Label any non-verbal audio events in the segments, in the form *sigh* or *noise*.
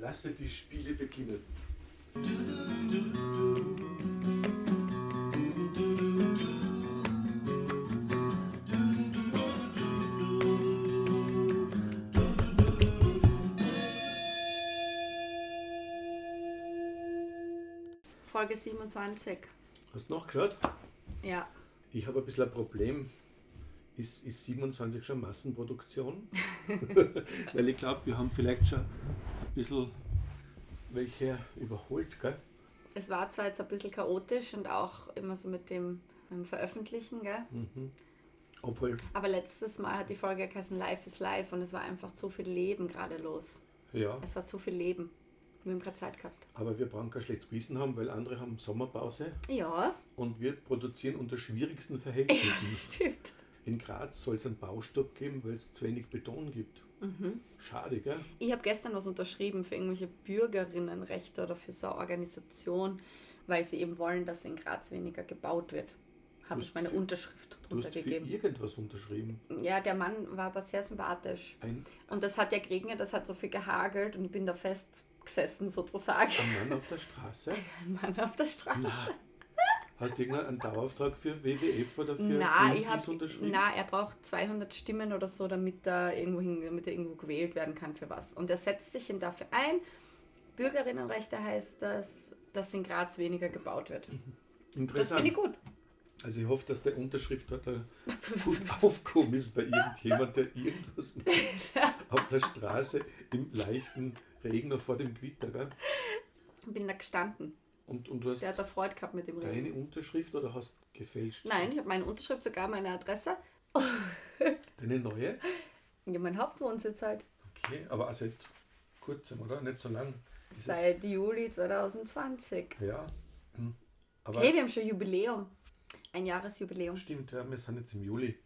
Lasset die Spiele beginnen. Folge 27. Hast du noch geschaut? Ja. Ich habe ein bisschen ein Problem. Ist, ist 27 schon Massenproduktion? Weil ich glaube, wir haben vielleicht schon ein bisschen welche überholt, gell? Es war zwar jetzt ein bisschen chaotisch und auch immer so mit dem, dem Veröffentlichen, gell? Mhm. Obwohl, Aber letztes Mal hat die Folge geheißen Life is Life und es war einfach zu viel Leben gerade los. ja, Es war zu viel Leben. Wir haben gerade Zeit gehabt. aber wir brauchen kein schlechtes Gewissen haben, weil andere haben Sommerpause Ja, und wir produzieren unter schwierigsten Verhältnissen. *laughs* stimmt. In Graz soll es einen Baustopp geben, weil es zu wenig Beton gibt. Schade, gell? Mhm. Ich habe gestern was unterschrieben für irgendwelche Bürgerinnenrechte oder für so eine Organisation, weil sie eben wollen, dass in Graz weniger gebaut wird. Habe Du ich hast meine für- Unterschrift Du drunter hast für gegeben. irgendwas unterschrieben. Ja, der Mann war aber sehr sympathisch. Ein, Und das hat ja geregnet, das hat so viel gehagelt und ich bin da *laughs* festgesessen sozusagen. ein Mann auf der Straße? Ein Mann auf der Straße. Na, hast du irgendeinen Dauerauftrag für WWF oder für Na, ich Greenpeace hab, unterschrieben? na, er braucht 200 Stimmen oder so, damit er, irgendwo hin, damit er irgendwo gewählt werden kann für was. Und er setzt sich eben dafür ein. Bürgerinnenrechte heißt das, dass in Graz weniger gebaut wird. Das Mhm. Interessant. finde ich gut. Also ich hoffe, dass der Unterschrift dort äh, gut *laughs* aufgekommen ist bei irgendjemand, der *laughs* irgendwas macht. auf der Straße im leichten Regen noch vor dem Gewitter. Gell? Ich bin da gestanden. Und, und du hast Der hat da Freude gehabt mit dem Regen. deine Unterschrift oder hast gefälscht? Nein, ich habe meine Unterschrift, sogar meine Adresse. Deine neue? Ja, mein Hauptwohnsitz halt. Okay, aber also auch seit kurzem, oder? Nicht so lang. Ist jetzt- Seit Juli 2020. Ja. Hm. Aber Hey, wir haben schon Jubiläum. Ein Jahresjubiläum. stimmt, ja, wir sind jetzt im Juli.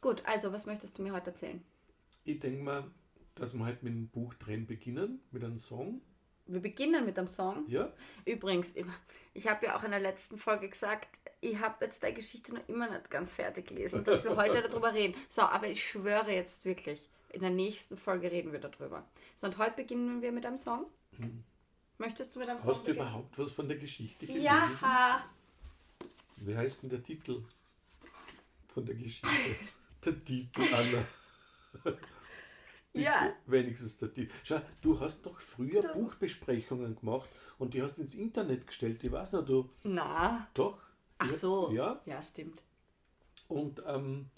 Gut, also was möchtest du mir heute erzählen? Ich denke mal, dass wir halt mit dem Buch Tränen beginnen, mit einem Song. Wir beginnen mit einem Song. Ja, Übrigens, ich habe ja auch in der letzten Folge gesagt, ich habe jetzt deine Geschichte noch immer nicht ganz fertig gelesen, dass *laughs* wir heute darüber reden. So, aber ich schwöre jetzt wirklich, in der nächsten Folge reden wir darüber. So, und heute beginnen wir mit einem Song. Möchtest du mit einem Song Hm. hast du beginnen? überhaupt was von der Geschichte gelesen? Ja, Wie heißt denn der Titel von der *laughs* Geschichte? der Titel, Anna. ja. Wenigstens der Titel. Schau, du hast doch früher Das- Buchbesprechungen gemacht und die hast ins Internet gestellt. Ich weiß noch, du. Na, Doch. ach Ja, so. Ja, ja stimmt. und ähm,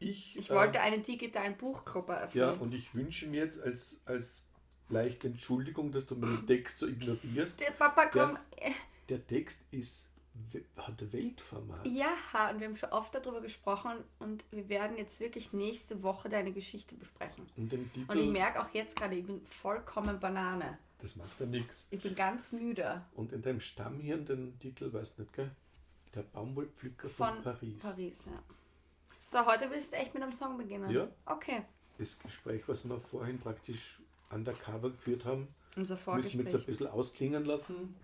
ich. Ich äh, wollte eine digitalen Buchgruppe eröffnen. Ja, und ich wünsche mir jetzt als, als leichte Entschuldigung, dass du meinen Text so ignorierst. Der Papa, komm, Der Text ist, we- hat Weltformat. Ja, und wir haben schon oft darüber gesprochen und wir werden jetzt wirklich nächste Woche deine Geschichte besprechen. Und den Und ich Titel, merke auch jetzt gerade, ich bin vollkommen Banane. das macht ja nichts. Ich bin ganz müde Und in deinem Stammhirn den Titel, weißt nicht, gell? Der Baumwollpflücker von, von Paris. Paris ja. So, heute willst du echt mit einem Song beginnen. Ja. Okay. Das Gespräch, was wir vorhin praktisch undercover geführt haben, Unser müssen wir jetzt ein Vorgespräch. bisschen ausklingen lassen.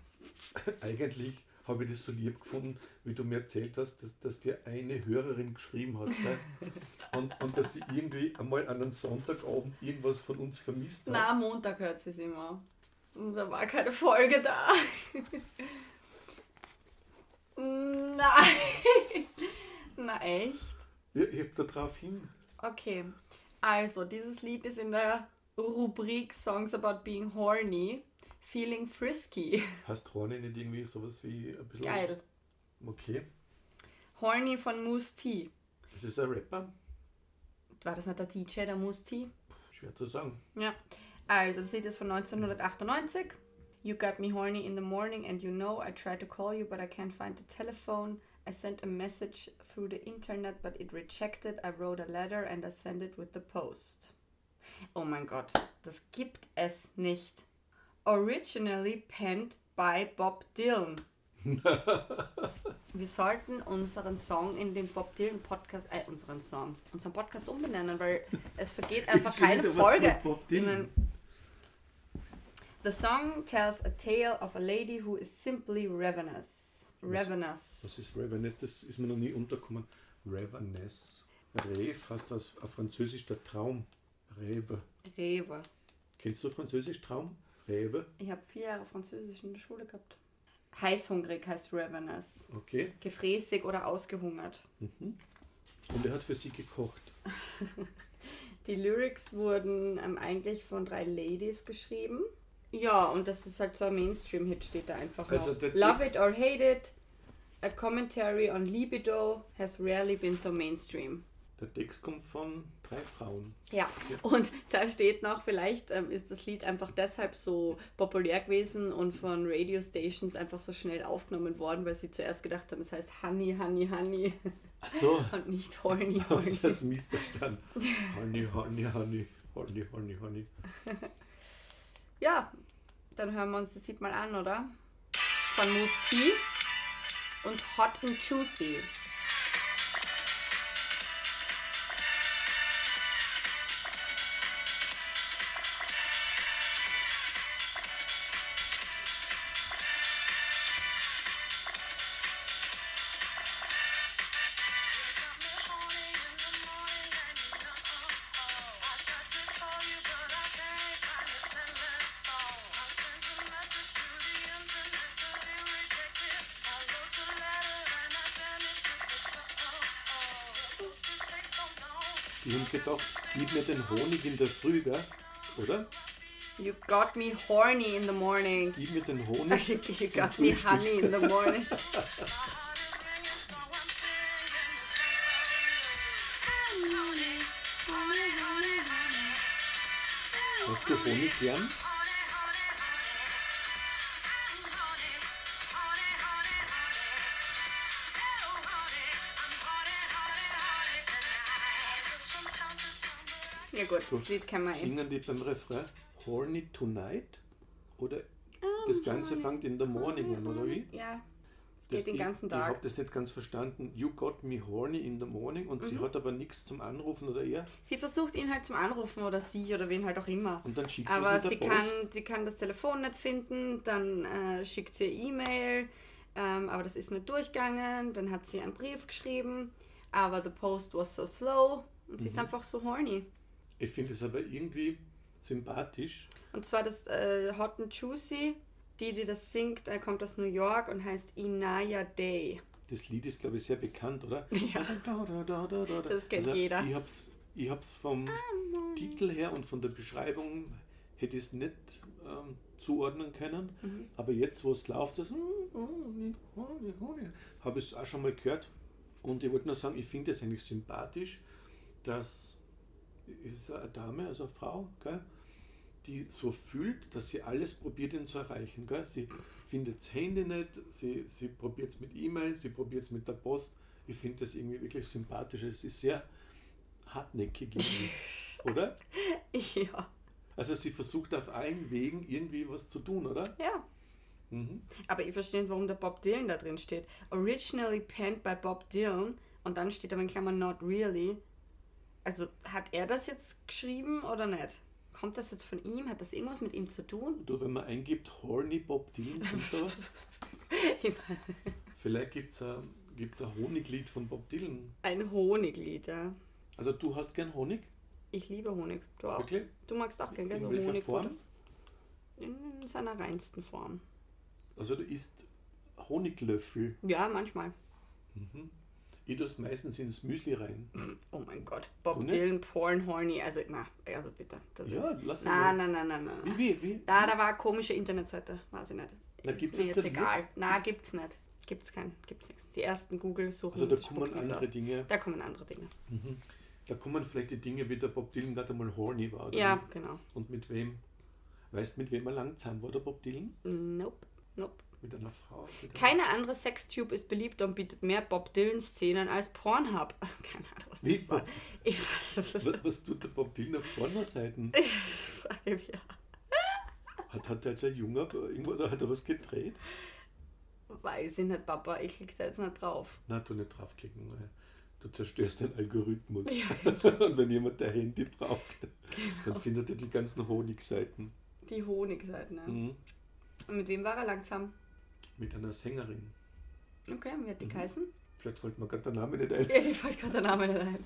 *laughs* Eigentlich habe ich das so lieb gefunden, wie du mir erzählt hast, dass, dass dir eine Hörerin geschrieben hat. *laughs* Gell? Und, und dass sie irgendwie einmal an einem Sonntagabend irgendwas von uns vermisst hat. Na, am Montag hört sie es immer. Und da war keine Folge da. *laughs* Nein. *laughs* Na echt? Ja, ich habe da drauf hin. Okay, also dieses Lied ist in der Rubrik Songs About Being Horny, Feeling Frisky. *laughs* Hast Horne nicht irgendwie sowas wie ein bisschen. Geil. Okay. Horny von Moose T. Ist es ein Rapper? War das nicht der DJ, der Moose T? Schwer zu sagen. Ja. Also das Lied ist von 1998. You got me horny in the morning and you know I try to call you but I can't find the telephone. I sent a message through the internet but it rejected. I wrote a letter and I sent it with the post. Oh mein Gott, das gibt es nicht. Originally penned by Bob Dylan. Wir sollten unseren Song in den Bob Dylan Podcast, äh, unseren Song, unseren Podcast umbenennen, weil es vergeht einfach Ist schon keine wieder was Folge. von Bob Ich Dylan. mein, The song tells a tale of a lady who is simply ravenous. Ravenous. Was ist Raveness? Das ist mir noch nie untergekommen. Raveness. Rave heißt das auf Französisch der Traum. Rave. Rewe. Kennst du Französisch Traum? Rewe, Ich habe vier Jahre Französisch in der Schule gehabt. Heißhungrig heißt Ravenous. okay. Gefräßig oder ausgehungert. Mhm. Und er hat für sie gekocht. Die Lyrics wurden ähm, eigentlich von drei Ladies geschrieben. Ja, und das ist halt so ein Mainstream-Hit, steht da einfach Also noch. der Love Text- it or hate it, a commentary on libido has rarely been so mainstream. Der Text kommt von drei Frauen. Ja, und da steht noch, vielleicht ähm, ist das Lied einfach deshalb so populär gewesen und von Radio Stations einfach so schnell aufgenommen worden, weil sie zuerst gedacht haben, es heißt Honey, Honey, Honey *laughs* Ach so, und nicht Horny, habe Horny. ich *laughs* das missverstanden. Honey, honey, honey, honey, honey, honey. Ja, dann hören wir uns das Lied mal an, oder? Von Moose T und Hot and Juicy. Die haben gedacht, gib mir den Honig in der Früh, gell? oder? You got me horny in the morning. *laughs* Gib mir den Honig. You got me honey in the morning. Hast du Honig gern? Ja gut, das Lied kennen wir eh. Singen die beim Refrain Horny Tonight? Oder Ah, das Ganze fängt in der Morning an, oder wie? Ja, es Das- geht den ganzen ich, Ich habe Tag. das nicht ganz verstanden. You got me horny in the morning und Mhm. sie hat aber nichts zum Anrufen oder er. Sie versucht ihn halt zum Anrufen oder sie oder wen halt auch immer. Und dann schickt sie Aber es mit sie der Post. kann, sie kann das Telefon nicht finden, dann äh, schickt sie eine E-Mail, ähm, aber das ist nicht durchgegangen. Dann hat sie einen Brief geschrieben, aber the post was so slow und sie Mhm. ist einfach so horny. Ich finde es aber irgendwie sympathisch. Und zwar das äh, Hot and Juicy, die, die das singt, äh, kommt aus New York und heißt Inaya Day. *laughs* Das Lied ist, glaube ich, sehr bekannt, oder? Ja. Da, da, da, da, da. Das kennt jeder. Also, Ah, Ich hab's, ich hab's vom Titel her und von der Beschreibung hätte ich es nicht ähm, zuordnen können. Mhm. Aber jetzt, wo es läuft, das hm, habe ich es hm, auch schon mal gehört. Und ich wollte nur sagen, ich finde es eigentlich sympathisch, dass es ist eine Dame, also eine Frau, gell, die so fühlt, dass sie alles probiert, ihn zu erreichen. Gell? Sie findet das Handy nicht, sie, sie probiert es mit E-Mail, sie probiert es mit der Post. Ich finde das irgendwie wirklich sympathisch. Es ist sehr hartnäckig, *laughs* irgendwie, oder? ja. Also sie versucht auf allen Wegen irgendwie was zu tun, oder? ja. Mhm. Aber ich verstehe nicht, warum der Bob Dylan da drin steht. Originally penned by Bob Dylan und dann steht aber in Klammern not really. Also hat er das jetzt geschrieben oder nicht? Kommt das jetzt von ihm? Hat das irgendwas mit ihm zu tun? *laughs* Du, wenn man eingibt, horny Bob Dylan, kommt da was? Ich meine, Vielleicht gibt es ein, gibt's ein Honiglied von Bob Dylan. Ein Honiglied, ja. Also du hast gern Honig? Ich liebe Honig. Du auch. Wirklich? Du magst auch gerne In so welcher Honig. Form? In seiner reinsten Form. Also du isst Honiglöffel. Ja, manchmal. Ich tue es meistens ins Müsli *laughs* rein. Oh mein Gott. Bob Du nicht? Dylan, Porn, Horny. Also, na, also bitte. Das Ja, lass ihn Na, mal. na, na, na, na. na. Wie, wie, wie? Da, da war eine komische Internetseite, weiß ich nicht. Na, ist gibt's mir jetzt jetzt nicht egal. Na, gibt's nicht. Gibt's keinen, gibt's nichts. Die ersten Google-Suchen. Also da spuckt kommen nichts andere aus. Dinge. Da kommen andere Dinge. Da kommen vielleicht die Dinge, wie der Bob Dylan gerade einmal horny war. Oder Ja, nicht? genau. Und mit wem? Weißt du, mit wem er langsam war, der Bob Dylan? Nope, nope. Mit einer Frau? Mit einer- Keine andere Sextube ist beliebt und bietet mehr Bob Dylan-Szenen als Pornhub. *laughs* Keine Ahnung, was Wie? das soll. Ich weiß das Wa- Was tut der Bob Dylan auf *laughs* Pornoseiten? frage mich. ja. Hat, hat er jetzt ein Junger irgendwo, oder hat er was gedreht? Weiß ich nicht, Papa. Ich klicke da jetzt nicht drauf. Na, tu nicht draufklicken. weil Du zerstörst den Algorithmus. *laughs* Und wenn jemand dein Handy braucht, Genau. dann findet er die ganzen Honigseiten. Die Honigseiten. Ne? Mhm. Und mit wem war er langsam? Mit einer Sängerin. Okay, wie Mhm. hat die geheißen? Vielleicht fällt mir gerade der Name nicht ein. Ja, die fällt gerade der Name nicht ein.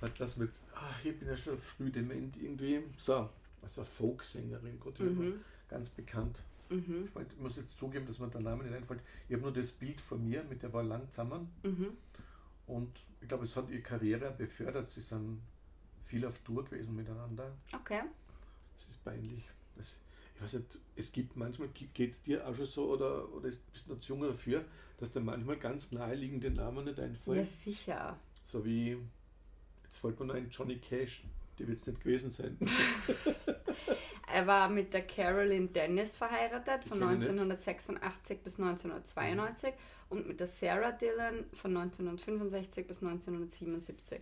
Warte, lass mich jetzt. Ah, ich bin ja schon früh dement irgendwie. So, also eine Folksängerin, Gott, die war Mhm. ganz bekannt. Mhm. Ich, wollt, ich muss jetzt zugeben, dass mir der Name nicht einfällt. Ich habe nur das Bild von mir, mit der war lang zusammen Mhm. und ich glaube, es hat ihre Karriere befördert. Sie sind viel auf Tour gewesen miteinander. Okay. Es ist peinlich. Das, ich weiß nicht, es gibt manchmal, geht es dir auch schon so oder, oder ist, bist du noch zu jung dafür, dass dir manchmal ganz naheliegende Namen nicht einfallen? Ja, sicher. So wie, jetzt fällt mir noch ein Johnny Cash, der wird es nicht gewesen sein. Er war mit der Carolyn Dennis verheiratet von kenn ich nicht. 1986 bis 1992 und mit der Sarah Dillon von 1965 bis 1977.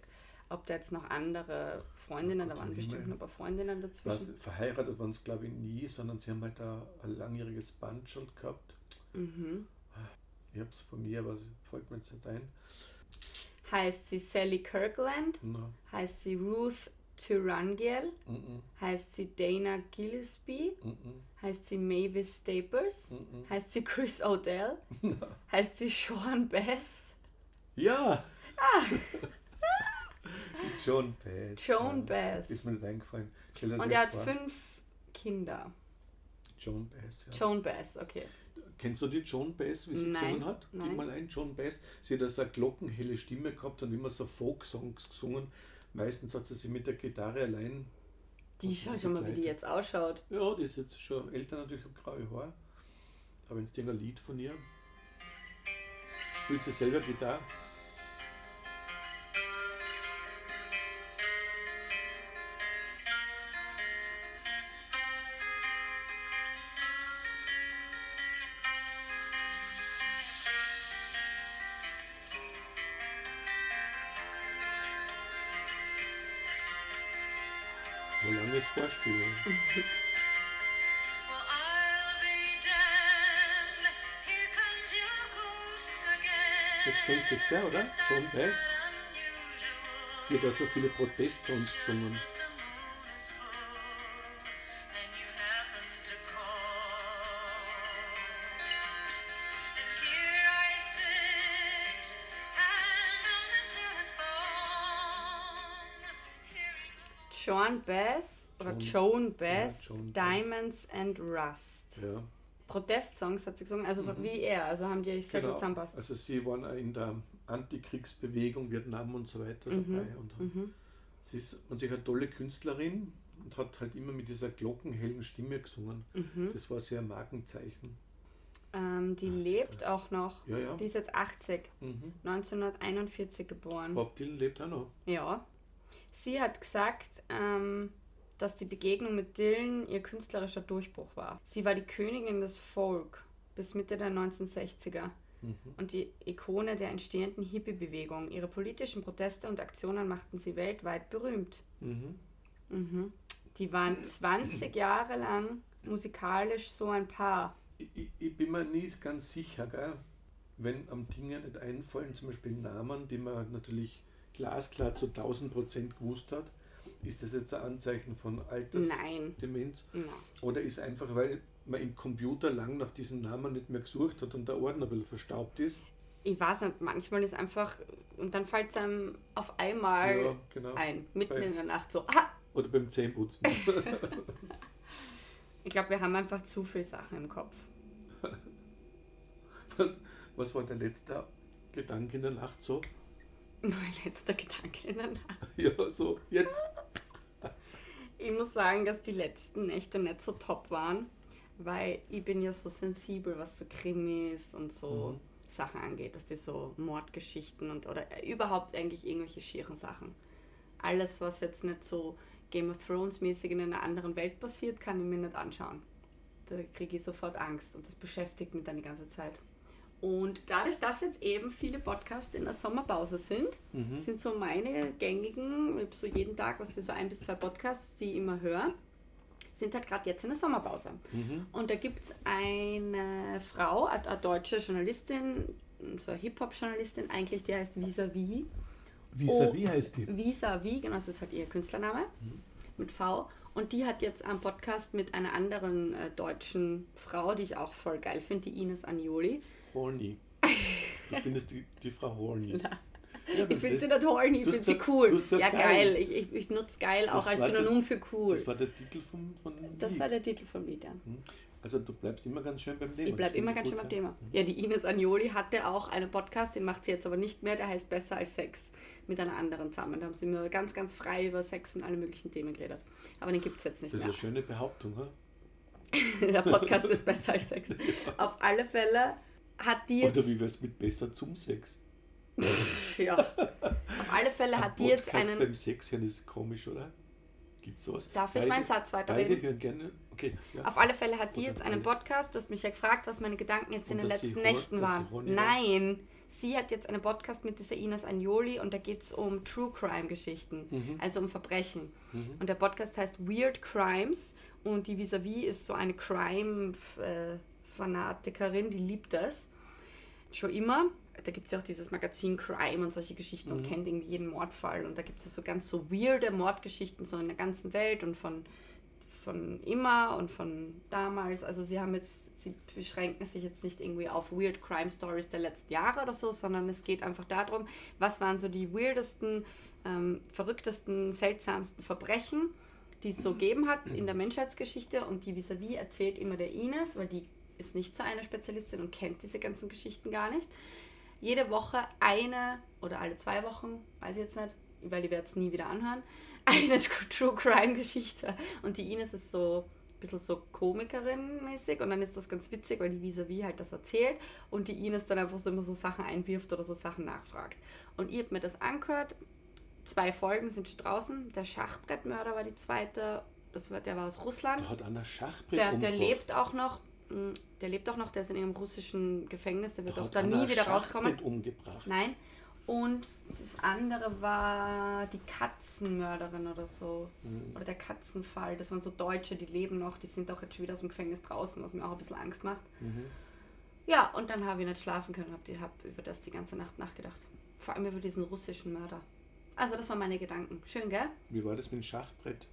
Ob da jetzt noch andere Freundinnen, Oh da Gott, waren im bestimmt Himmel. noch ein paar Freundinnen Was, dazwischen. verheiratet waren sie, glaube ich, nie, sondern sie haben halt da ein langjähriges Bandschild gehabt. Mhm. Ich habe es von mir, aber es fällt mir jetzt nicht ein. Heißt sie Sally Kirkland? Na, Heißt sie Ruth Turangiel? mm, Heißt sie Dana Gillespie? mm, mm, Heißt sie Mavis Staples? mm, mm. Heißt sie Chris *laughs* Odell? Heißt sie Sean Bass? Ja! Ah. *laughs* Die Joan Baez. Joan ja. Bass. Ist mir nicht eingefallen. Stell dir Und das er hat vor. fünf Kinder. Joan Baez, ja. Joan Bass, okay. Kennst du die Joan Baez, wie sie Nein, gesungen hat? Gib nein. mal ein, Joan Baez. Sie hat also eine glockenhelle Stimme gehabt und immer so Folk-Songs gesungen. Meistens hat sie sie mit der Gitarre allein. Die Und schau diese schon mal, wie die Begleitung. jetzt ausschaut. Ja, die ist jetzt schon älter natürlich, hat graue Haare. Aber wenn du ein Lied von ihr spielt sie selber Gitarre. Ein langes Vorspiel. ja. Well, I'll be damned. Here comes your ghost again. Jetzt kennst du es, gell, oder? Joan Baez. Unusual. Sie hat ja so viele Protestsongs gesungen. Just that the moon is full and you happen to call. And here I sit and on the telephone hearing a voice. Sean Bass oder Joan Joan- Bass, ja, Joan Bass. Diamonds and Rust. Ja, Protestsongs hat sie gesungen, also wie er, also haben die eigentlich sehr gut zusammenpasst. Mhm. Also sie waren auch in der Antikriegsbewegung, Vietnam und so weiter dabei. Und, haben- Mhm. sie ist an sich eine tolle Künstlerin und hat halt immer mit dieser glockenhellen Stimme gesungen. Mhm. Das war so ihr Markenzeichen. Ähm, die Ah, lebt auch noch. Ja, ja. Die ist jetzt 80, Mhm. 1941 geboren. Bob Dylan lebt auch noch. Ja. Sie hat gesagt, ähm, dass die Begegnung mit Dylan ihr künstlerischer Durchbruch war. Sie war die Königin des Folk bis Mitte der 1960er Mhm. und die Ikone der entstehenden Hippie-Bewegung. Ihre politischen Proteste und Aktionen machten sie weltweit berühmt. Mhm. Mhm. Die waren 20 Jahre lang musikalisch so ein Paar. Ich, ich- ich bin mir nie ganz sicher, gell? wenn am Dinge nicht einfallen, zum Beispiel Namen, die man natürlich glasklar zu 1000 Prozent gewusst hat, ist das jetzt ein Anzeichen von Alters, Nein. Demenz? Na. Oder ist einfach, weil man im Computer lang nach diesen Namen nicht mehr gesucht hat und der Ordner ein bisschen verstaubt ist? Ich weiß nicht, manchmal ist einfach, und dann fällt es einem auf einmal Ja, genau. ein, mitten Bei- in der Nacht so, ah, Oder beim Zähneputzen. *laughs* Ich glaube, wir haben einfach zu viele Sachen im Kopf. *laughs* was, was war der letzte Gedanke in der Nacht so? *laughs* Mein letzter Gedanke in der Nacht. Ja, so, jetzt. Ich muss sagen, dass die letzten Nächte nicht so top waren, weil ich bin ja so sensibel, was so Krimis und so Sachen angeht, dass die so Mordgeschichten und oder überhaupt eigentlich irgendwelche schieren Sachen. Alles, was jetzt nicht so Game of Thrones mäßig in einer anderen Welt passiert, kann ich mir nicht anschauen. Da kriege ich sofort Angst und das beschäftigt mich dann die ganze Zeit. Und dadurch, dass jetzt eben viele Podcasts in der Sommerpause sind, Hm? Mhm. sind so meine gängigen, ich hab so jeden Tag, was die so ein bis zwei Podcasts, die ich immer höre, sind halt gerade jetzt in der Sommerpause. Und da gibt es eine Frau, eine, eine deutsche Journalistin, so eine Hip-Hop-Journalistin eigentlich, die heißt Visavi. Vis-à-vis heißt die? Visavi, genau, das ist halt ihr Künstlername Hm. mit V. Und die hat jetzt einen Podcast mit einer anderen äh, deutschen Frau, die ich auch *laughs* voll geil finde, die Ines Anjoli. Horny. Du findest die, die Frau Horny. Ich finde sie nicht horny, ich du finde hast sie gesagt- du cool. hast gesagt Ja, geil. geil. Ich, ich, ich nutze geil auch Das als war der- Synonym für cool. Das war der Titel von, von dem Das Lied. war der Titel vom Lied, ja. Also du bleibst immer ganz schön beim Thema. Ich Das bleibe finde immer ganz gut, schön beim ja. Thema. Ja, die Ines Agnoli hatte auch einen Podcast, den macht sie jetzt aber nicht mehr, der heißt Besser als Sex mit einer anderen zusammen. Da haben sie immer ganz, ganz frei über Sex und alle möglichen Themen geredet. Aber den gibt es jetzt nicht Das ist mehr. eine schöne Behauptung, ha? *laughs* der Podcast ist besser *laughs* als Sex. Auf alle Fälle hat die jetzt. Oder wie wär's mit besser zum Sex? *laughs* ja. Auf alle Fälle hat die jetzt Podcast einen. beim Sex hören ist komisch, oder? Gibt's sowas? Darf ich Beide- meinen Satz Beide weiterreden? hören gerne. Okay, ja. Auf alle Fälle hat die Oder jetzt einen beide. Podcast. Du hast mich ja gefragt, was meine Gedanken jetzt in Und den dass sie letzten hor- Nächten dass sie waren. horny war. Nein, sie hat jetzt einen Podcast mit dieser Ines Agnoli und da geht es um True Crime-Geschichten, Mhm. also um Verbrechen. Und der Podcast heißt Weird Crimes und die Vis-a-vis ist so eine Crime-Fanatikerin, die liebt das schon immer. Da gibt es ja auch dieses Magazin Crime und solche Geschichten Mhm. und kennt irgendwie jeden Mordfall. Und da gibt es ja so ganz so weirde Mordgeschichten so in der ganzen Welt und von, von immer und von damals. Also sie haben jetzt, sie beschränken sich jetzt nicht irgendwie auf Weird Crime Stories der letzten Jahre oder so, sondern es geht einfach darum, was waren so die weirdesten, ähm, verrücktesten, seltsamsten Verbrechen, die es so gegeben hat in der Menschheitsgeschichte. Und die vis-à-vis erzählt immer der Ines, weil die ist nicht so eine Spezialistin und kennt diese ganzen Geschichten gar nicht. Jede Woche eine oder alle zwei Wochen, weiß ich jetzt nicht, weil die werde es nie wieder anhören, *laughs* eine True Crime Geschichte. Und die Ines ist so ein bisschen so Komikerin-mäßig und dann ist das ganz witzig, weil die vis-à-vis halt das erzählt und die Ines dann einfach so immer so Sachen einwirft oder so Sachen nachfragt. Und ihr habt mir das angehört, zwei Folgen sind schon draußen. Der Schachbrettmörder war die zweite, das war, der war aus Russland. Da hat einer Schachbrett Der, der umgebracht. lebt auch noch. mm, Der lebt auch noch, der ist in einem russischen Gefängnis, der wird Da auch hat da einer nie ein wieder Schachbrett rauskommen. umgebracht. Nein. Und das andere war die Katzenmörderin oder so. Mhm. Oder der Katzenfall. Das waren so Deutsche, die leben noch, die sind auch jetzt schon wieder aus dem Gefängnis draußen, was mir auch ein bisschen Angst macht. Mhm. Ja, und dann habe ich nicht schlafen können und habe hab über das die ganze Nacht nachgedacht. Vor allem über diesen russischen Mörder. Also, das waren meine Gedanken. Schön, gell? Wie war das mit dem Schachbrett?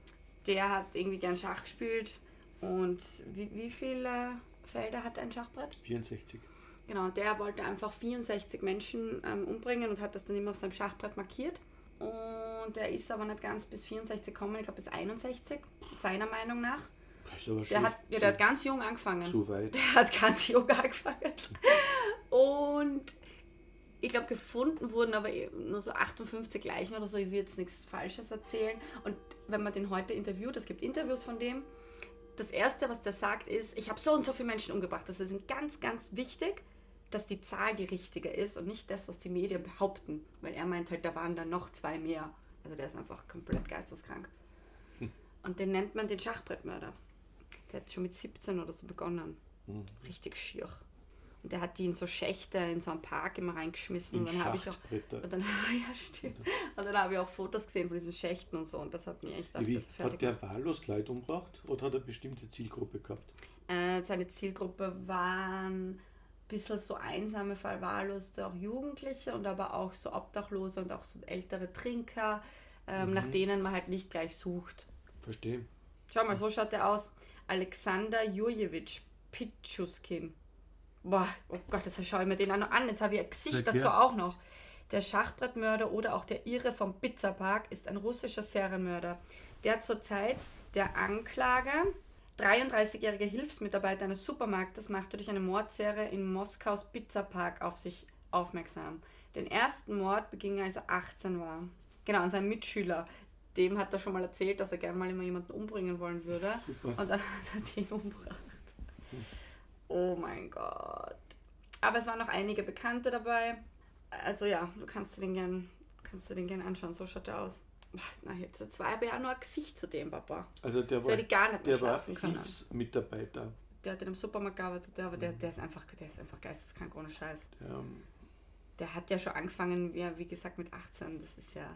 der hat irgendwie gern Schach gespielt. Und wie, wie viele Felder hat ein Schachbrett? 64. Genau, der wollte einfach 64 Menschen ähm, umbringen und hat das dann immer auf seinem Schachbrett markiert. Und er ist aber nicht ganz bis 64 gekommen, ich glaube bis 61, seiner Meinung nach. Das ist aber Der schon hat, ja, zu, der hat ganz jung angefangen. zu weit. Der hat ganz jung angefangen. Und ich glaube, gefunden wurden aber eh nur so 58 Leichen oder so. Ich will jetzt nichts Falsches erzählen. Und wenn man den heute interviewt, es gibt Interviews von dem, das Erste, was der sagt, ist, ich habe so und so viele Menschen umgebracht. Das ist ihm ganz, ganz wichtig, dass die Zahl die richtige ist und nicht das, was die Medien behaupten. Weil er meint halt, da waren dann noch zwei mehr. Also der ist einfach komplett geisteskrank. Und den nennt man den Schachbrettmörder. Der hat schon mit 17 oder so begonnen. Hm. Richtig schier. Und der hat die in so Schächte, in so einem Park immer reingeschmissen. In und dann habe ich auch. Schachbretter. Und dann, *laughs* ja, stimmt. Und dann habe ich auch Fotos gesehen von diesen Schächten und so. Und das hat mir echt Wie, fertig hat gemacht. der wahllos Leute umgebracht oder hat er bestimmte Zielgruppe gehabt? Äh, seine Zielgruppe waren ein bisschen so einsame, verwahrloste auch Jugendliche und aber auch so Obdachlose und auch so ältere Trinker, ähm, Mhm. nach denen man halt nicht gleich sucht. Verstehe. Schau mal, so schaut er aus. Alexander Jurjevic Pitschuskin. Boah, oh Gott, das schaue ich mir den auch noch an. Jetzt habe ich ein Gesicht Sag her. dazu auch noch. Der Schachbrettmörder oder auch der Irre vom Pizzapark ist ein russischer Serienmörder, der zurzeit der Anklage 33-jährige Hilfsmitarbeiter eines Supermarktes machte durch eine Mordserie in Moskaus Pizzapark auf sich aufmerksam. Den ersten Mord beging er, als er 18 war. Genau, an seinem Mitschüler. Dem hat er schon mal erzählt, dass er gerne mal immer jemanden umbringen wollen würde. Super. Und dann *laughs* hat er den umgebracht. Oh mein Gott. Aber es waren noch einige Bekannte dabei. Also ja, du kannst dir den gern, kannst dir den gern anschauen. So schaut er aus. Boah, na jetzt, jetzt war aber ja nur ein Gesicht zu dem Papa. Also der Jetzt war, hätte ich gar nicht mehr der war schlafen können. Hilfsmitarbeiter. Der hat in einem Supermarkt gearbeitet, aber der, der ist einfach, der ist einfach geisteskrank ohne Scheiß. Ähm, Der hat ja schon angefangen, ja, wie gesagt, mit 18. Das ist ja.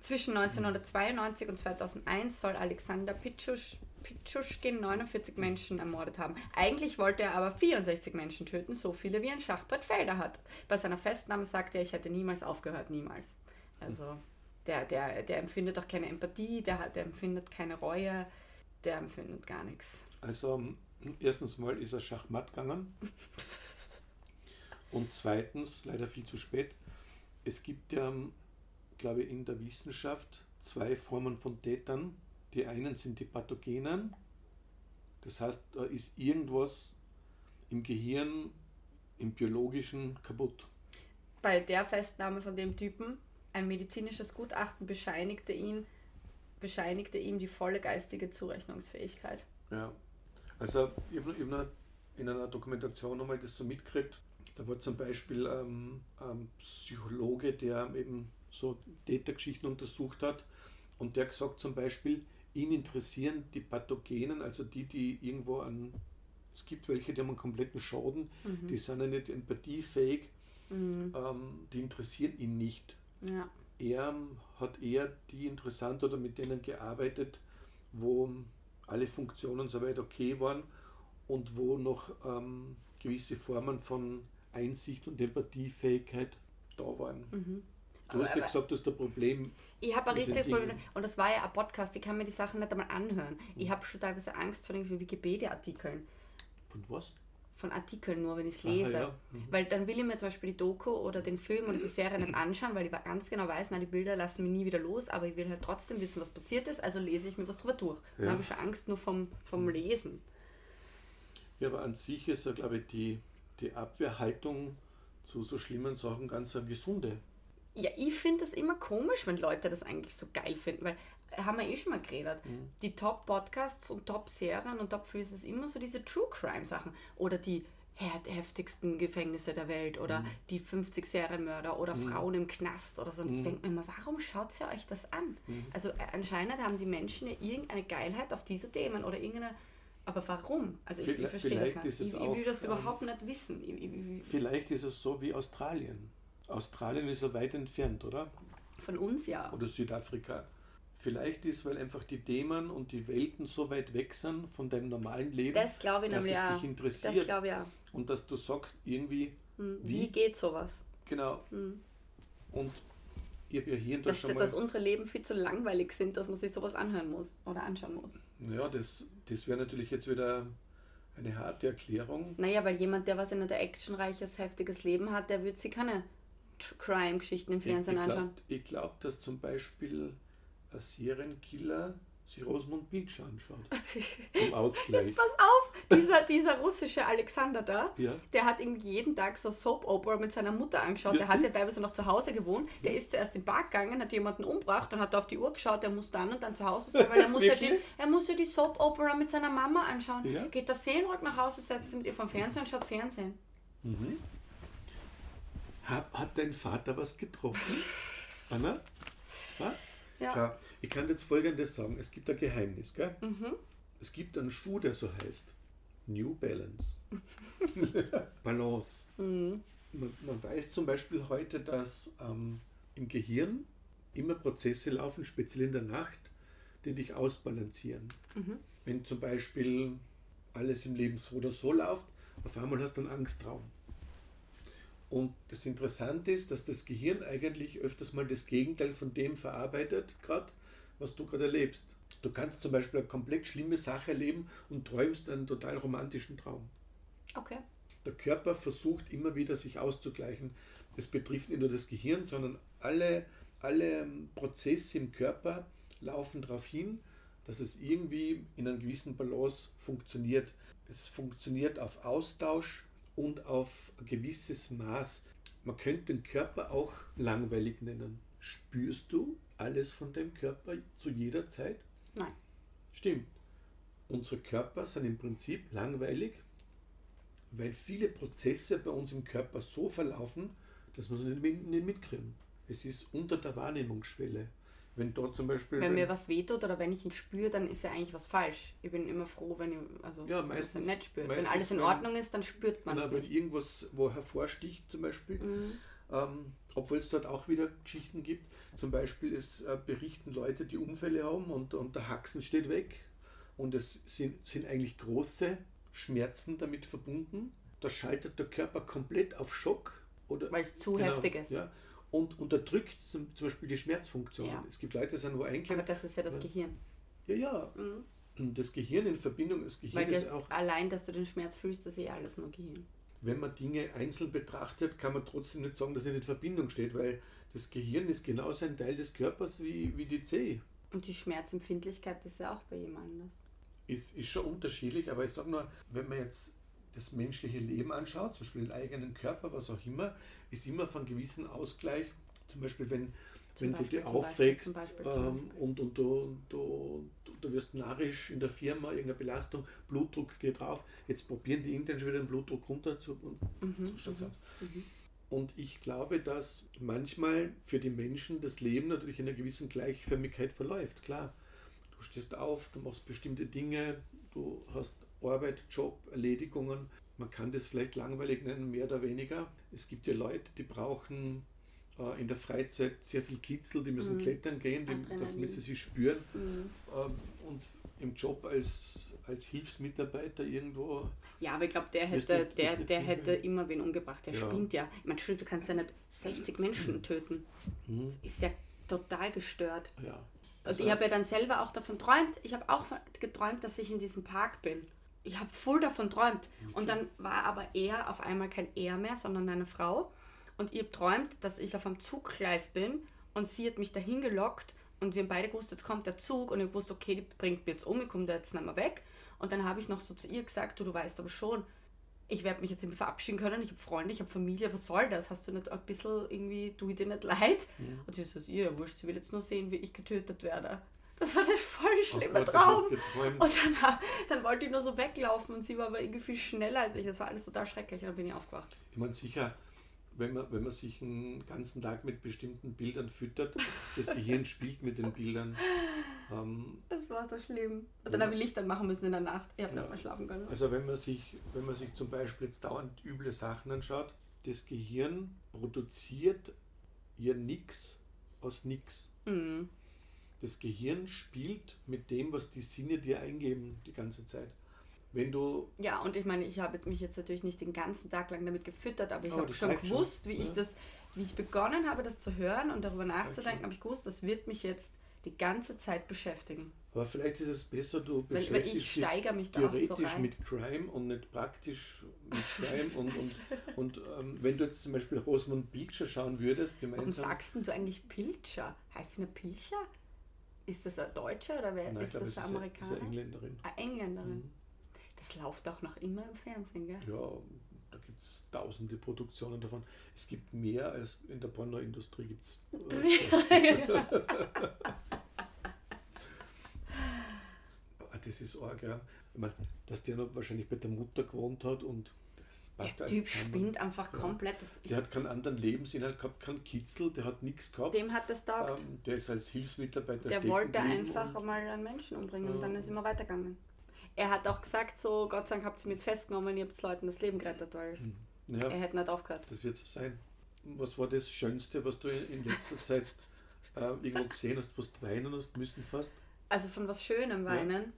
Zwischen 1992 und 2001 soll Alexander Pitschusch, Pitschuschkin 49 Menschen ermordet haben. Eigentlich wollte er aber 64 Menschen töten, so viele wie ein Schachbrett Felder hat. Bei seiner Festnahme sagte er, ich hätte niemals aufgehört, niemals. Also, der, der, der empfindet auch keine Empathie, der, hat- der empfindet keine Reue, der empfindet gar nichts. also ähm, erstens mal ist er Schachmatt gegangen und zweitens, leider viel zu spät, Es gibt ja, glaube ich, in der Wissenschaft zwei Formen von Tätern. Die einen sind die Pathogenen. Das heißt, da ist irgendwas im Gehirn, im biologischen kaputt. Bei der Festnahme von dem Typen, ein medizinisches Gutachten bescheinigte ihn, bescheinigte ihm die volle geistige Zurechnungsfähigkeit. Ja. Also ich habe hab noch in einer Dokumentation nochmal das so mitgekriegt. Da war zum Beispiel ähm, ein Psychologe, der eben so Tätergeschichten untersucht hat und der hat gesagt zum Beispiel, ihn interessieren die Pathogenen, also die, die irgendwo an, es gibt welche, die haben einen kompletten Schaden, die sind ja nicht empathiefähig, ähm, die interessieren ihn nicht. Mhm. Ja. Er ähm, hat eher die interessant oder mit denen gearbeitet, wo ähm, alle Funktionen soweit okay waren und wo noch ähm, gewisse Formen von Einsicht und Empathiefähigkeit da waren. Du hast Mhm. Aber- ja gesagt, dass der Problem Ich habe ein Mit den richtiges Problem. Dingen. Mhm. Und das war ja ein Podcast, ich kann mir die Sachen nicht einmal anhören. Ich habe schon teilweise Angst vor irgendwie Wikipedia-Artikeln. von was? Von Artikeln nur, wenn ich es Aha, lese. Mhm. ja. Weil dann will ich mir zum Beispiel die Doku oder den Film oder die Serie nicht anschauen, weil ich ganz genau weiß, na, die Bilder lassen mich nie wieder los, aber ich will halt trotzdem wissen, was passiert ist, also lese ich mir was drüber durch. Dann Ja. Mhm. habe ich schon Angst nur vom, vom Lesen. Ja, aber an sich ist ja, glaube ich, die, die Abwehrhaltung zu so schlimmen Sachen ganz eine gesunde. Ja, ich finde das immer komisch, wenn Leute das eigentlich so geil finden, weil äh, haben wir eh schon mal geredet. Mhm. Die Top-Podcasts und Top-Serien und Top-Filme ist immer so diese True-Crime-Sachen oder die hä- heftigsten Gefängnisse der Welt oder Mhm. die 50 Serienmörder oder Frauen im Knast oder so. Mhm. Und ich denke mir immer, warum schaut ihr euch das an? Also äh, anscheinend haben die Menschen ja irgendeine Geilheit auf diese Themen oder irgendeine. Aber warum? Also ich, ich Vielleicht- verstehe das vielleicht nicht. ist es ich, ich auch, will das ähm, überhaupt nicht wissen. Ich, ich, ich, Vielleicht ist es so wie Australien. Australien ist so weit entfernt, oder? von uns ja. Oder Südafrika. Vielleicht ist, weil einfach die Themen und die Welten so weit weg sind von deinem normalen Leben, Das glaube ich dass es nämlich ja. dich Das interessiert glaube ich ja. und dass du sagst, irgendwie, Wie, wie, geht sowas? Hm. genau. Und ich habe ja hier und da Dass, schon mal... dass unsere Leben viel zu langweilig sind, dass man sich sowas anhören muss oder anschauen muss. Naja, das, das wäre natürlich jetzt wieder eine harte Erklärung. Naja, weil jemand, der was in ein actionreiches, heftiges Leben hat, der wird sich keine Tr- Crime-Geschichten im Fernsehen ich ich anschauen. glaub- ich glaube, dass zum Beispiel ein Serienkiller sich Rosamund Beach *laughs* anschaut. Im Ausgleich. Pass auf, dieser, dieser russische Alexander da, Ja. der hat irgendwie jeden Tag so Soap-Opera mit seiner Mutter angeschaut. Ja, der hat ja siehst. teilweise noch zu Hause gewohnt. Der ist zuerst im Park gegangen, hat jemanden umgebracht, dann hat er auf die Uhr geschaut, der muss dann und dann zu Hause sein, weil er muss, ja die, Wirklich? er muss ja die Soap-Opera mit seiner Mama anschauen. Ja. Geht da seelenruhig nach Hause, setzt sich mit ihr vom Fernsehen und schaut Fernsehen. Ha- Hat dein Vater was getroffen? Anna? Ha? Ja. Schau, ich kann jetzt folgendes sagen: Es gibt ein Geheimnis, gell? Es gibt einen Schuh, der so heißt: New Balance. Balance. Man, man weiß zum Beispiel heute, dass ähm, im Gehirn immer Prozesse laufen, speziell in der Nacht, die dich ausbalancieren. Wenn zum Beispiel alles im Leben so oder so läuft, auf einmal hast du einen Angstraum. Und das Interessante ist, dass das Gehirn eigentlich öfters mal das Gegenteil von dem verarbeitet, gerade was du gerade erlebst. Du kannst zum Beispiel eine komplett schlimme Sache erleben und träumst einen total romantischen Traum. Okay. Der Körper versucht immer wieder, sich auszugleichen. Das betrifft nicht nur das Gehirn, sondern alle, alle ähm, Prozesse im Körper laufen darauf hin, dass es irgendwie in einem gewissen Balance funktioniert. Es funktioniert auf Austausch und auf ein gewisses Maß. Man könnte den Körper auch langweilig nennen. Spürst du alles von deinem Körper zu jeder Zeit? Nein. Stimmt. Unsere Körper sind im Prinzip langweilig, weil viele Prozesse bei uns im Körper so verlaufen, dass wir sie nicht, mit- nicht mitkriegen. Es ist unter der Wahrnehmungsschwelle. Wenn dort zum Beispiel. Wenn wenn- mir was wehtut oder wenn ich ihn spüre, dann ist ja eigentlich was falsch. Ich bin immer froh, wenn ich also Ja, wenn ich's meistens- nicht spürt. Wenn meistens, alles in wenn- Ordnung ist, dann spürt man na, es wenn nicht. Mhm. irgendwas wo hervorsticht, zum Beispiel, ähm, obwohl es dort auch wieder Geschichten gibt. Zum Beispiel es äh, berichten Leute, die Unfälle haben und, und der Haxen steht weg. Und es sind, sind eigentlich große Schmerzen damit verbunden. Da schaltet der Körper komplett auf Schock. oder- Genau, Weil es zu heftig ist. Ja, und unterdrückt zum, zum Beispiel die Schmerzfunktion. Ja. Es gibt Leute, die sind wo Aber einklemmt. das ist ja das Gehirn. Mhm. Ja, ja. Das Gehirn in Verbindung, das Gehirn Weil ist das, auch allein, dass du den Schmerz fühlst, das ist ja eh alles nur Gehirn. wenn man Dinge einzeln betrachtet, kann man trotzdem nicht sagen, dass er in Verbindung steht, weil das Gehirn ist genauso ein Teil des Körpers wie, wie die Zehe. Und die Schmerzempfindlichkeit ist ja auch bei jedem anders. Ist, ist schon unterschiedlich, aber ich sage nur, wenn man jetzt das menschliche Leben anschaut, zum Beispiel den eigenen Körper, was auch immer, ist immer von gewissen Ausgleich, zum Beispiel wenn, Zum wenn Beispiel, du dich zum Beispiel, aufregst zum Beispiel, zum ähm, und, und, du, und, du, und du wirst narrisch in der Firma, irgendeine Belastung, Blutdruck geht rauf, jetzt probieren die intern schon wieder den Blutdruck runter zu, und Mhm. so schaut's aus. Und ich glaube, dass manchmal für die Menschen das Leben natürlich in einer gewissen Gleichförmigkeit verläuft. Klar, du stehst auf, du machst bestimmte Dinge, du hast Arbeit, Job, Erledigungen. Man kann das vielleicht langweilig nennen, mehr oder weniger. Es gibt ja Leute, die brauchen äh, in der Freizeit sehr viel Kitzel, die müssen Mhm. klettern gehen, die, Adrenalin. damit sie sich spüren. Mhm. Ähm, und im Job als, als Hilfsmitarbeiter irgendwo Ja, aber ich glaube, der Wirst hätte, nicht- der, wirst nicht der viel hätte hören. immer wen umgebracht. Der Ja. spinnt ja. Ich meine, Entschuldigung, du kannst ja nicht 60 Menschen töten. Mhm. Das ist ja total gestört. ja, Also Also- ich habe ja dann selber auch davon träumt. Ich habe auch von- geträumt, dass ich in diesem Park bin. Ich habe voll davon träumt. Und dann war aber er auf einmal kein er mehr, sondern eine Frau. Und ihr träumt, dass ich auf einem Zuggleis bin und sie hat mich dahin gelockt und wir haben beide gewusst, jetzt kommt der Zug und ich wusste, okay, die bringt mir jetzt um, ich komme da jetzt nicht mehr weg. Und dann habe ich noch so zu ihr gesagt, du, du weißt aber schon, ich werde mich jetzt nicht mehr verabschieden können, ich habe Freunde, ich habe Familie, was soll das? Hast du nicht ein bisschen irgendwie, tu dir nicht leid? Und sie so, ihr, ja, wurscht, sie will jetzt nur sehen, wie ich getötet werde. Das war der voll schlimme Oh Gott, das hast Traum. Oh, du geträumt. Und dann, *laughs* dann wollte ich nur so weglaufen und sie war aber irgendwie viel schneller als ich. Das war alles total schrecklich und dann bin ich aufgewacht. Ich meine, sicher, wenn man, wenn man sich einen ganzen Tag mit bestimmten Bildern füttert, das Gehirn spielt mit den Bildern. Ähm, Das war so schlimm. Und dann habe ich Licht anmachen müssen in der Nacht. Ich habe nicht Ja. mehr schlafen können. also wenn man, sich, wenn man sich zum Beispiel jetzt dauernd üble Sachen anschaut, das Gehirn produziert ja nichts aus nichts. Mhm. Das Gehirn spielt mit dem, was die Sinne dir eingeben die ganze Zeit. Wenn du Ja, und ich meine, ich habe jetzt mich jetzt natürlich nicht den ganzen Tag lang damit gefüttert, aber ich Aber habe das schon reicht Oh, schon, ne? gewusst, wie ich ja. das, wie ich begonnen habe, das zu hören und darüber nachzudenken, schon. habe ich gewusst, das wird mich jetzt die ganze Zeit beschäftigen. Aber vielleicht ist es besser, du Weil, beschäftigst weil ich dich steigere mich da auch so theoretisch rein. mit Crime und nicht praktisch *laughs* mit Crime. und und, und ähm, wenn du jetzt zum Beispiel Rosamund Pilcher schauen würdest, Warum gemeinsam. sagst denn du eigentlich Pilcher? Heißt sie eine Pilcher? Ist das ein Deutscher oder wer Nein, ist das es ein ist eine- ist Amerikaner? eine Engländerin. Eine Engländerin. Mhm. Das läuft auch noch immer im Fernsehen, gell? Ja, da gibt es tausende Produktionen davon. Es gibt mehr als in der Pornoindustrie äh, gibt es. *laughs* ah, Das ist arg, ja. Ich meine, dass der noch wahrscheinlich bei der Mutter gewohnt hat und das passt der alles Typ zusammen. spinnt einfach Ja. komplett. Das ist, Der hat keinen anderen Lebensinhalt gehabt, keinen Kitzel, der hat nichts gehabt. dem hat das taugt. Ähm, der ist als Hilfsmitarbeiter der stecken wollte geblieben einfach und- mal einen Menschen umbringen und dann Ja. ist immer weitergegangen. Er hat auch gesagt, so Gott sei Dank habt ihr mich jetzt festgenommen, ihr habt Leuten das Leben gerettet, weil Mhm. er Naja, hätte nicht aufgehört. das wird so sein. Was war das Schönste, was du in in letzter Zeit äh, irgendwo gesehen hast, was du weinen hast müssen fast? Also von was Schönem Ja. weinen.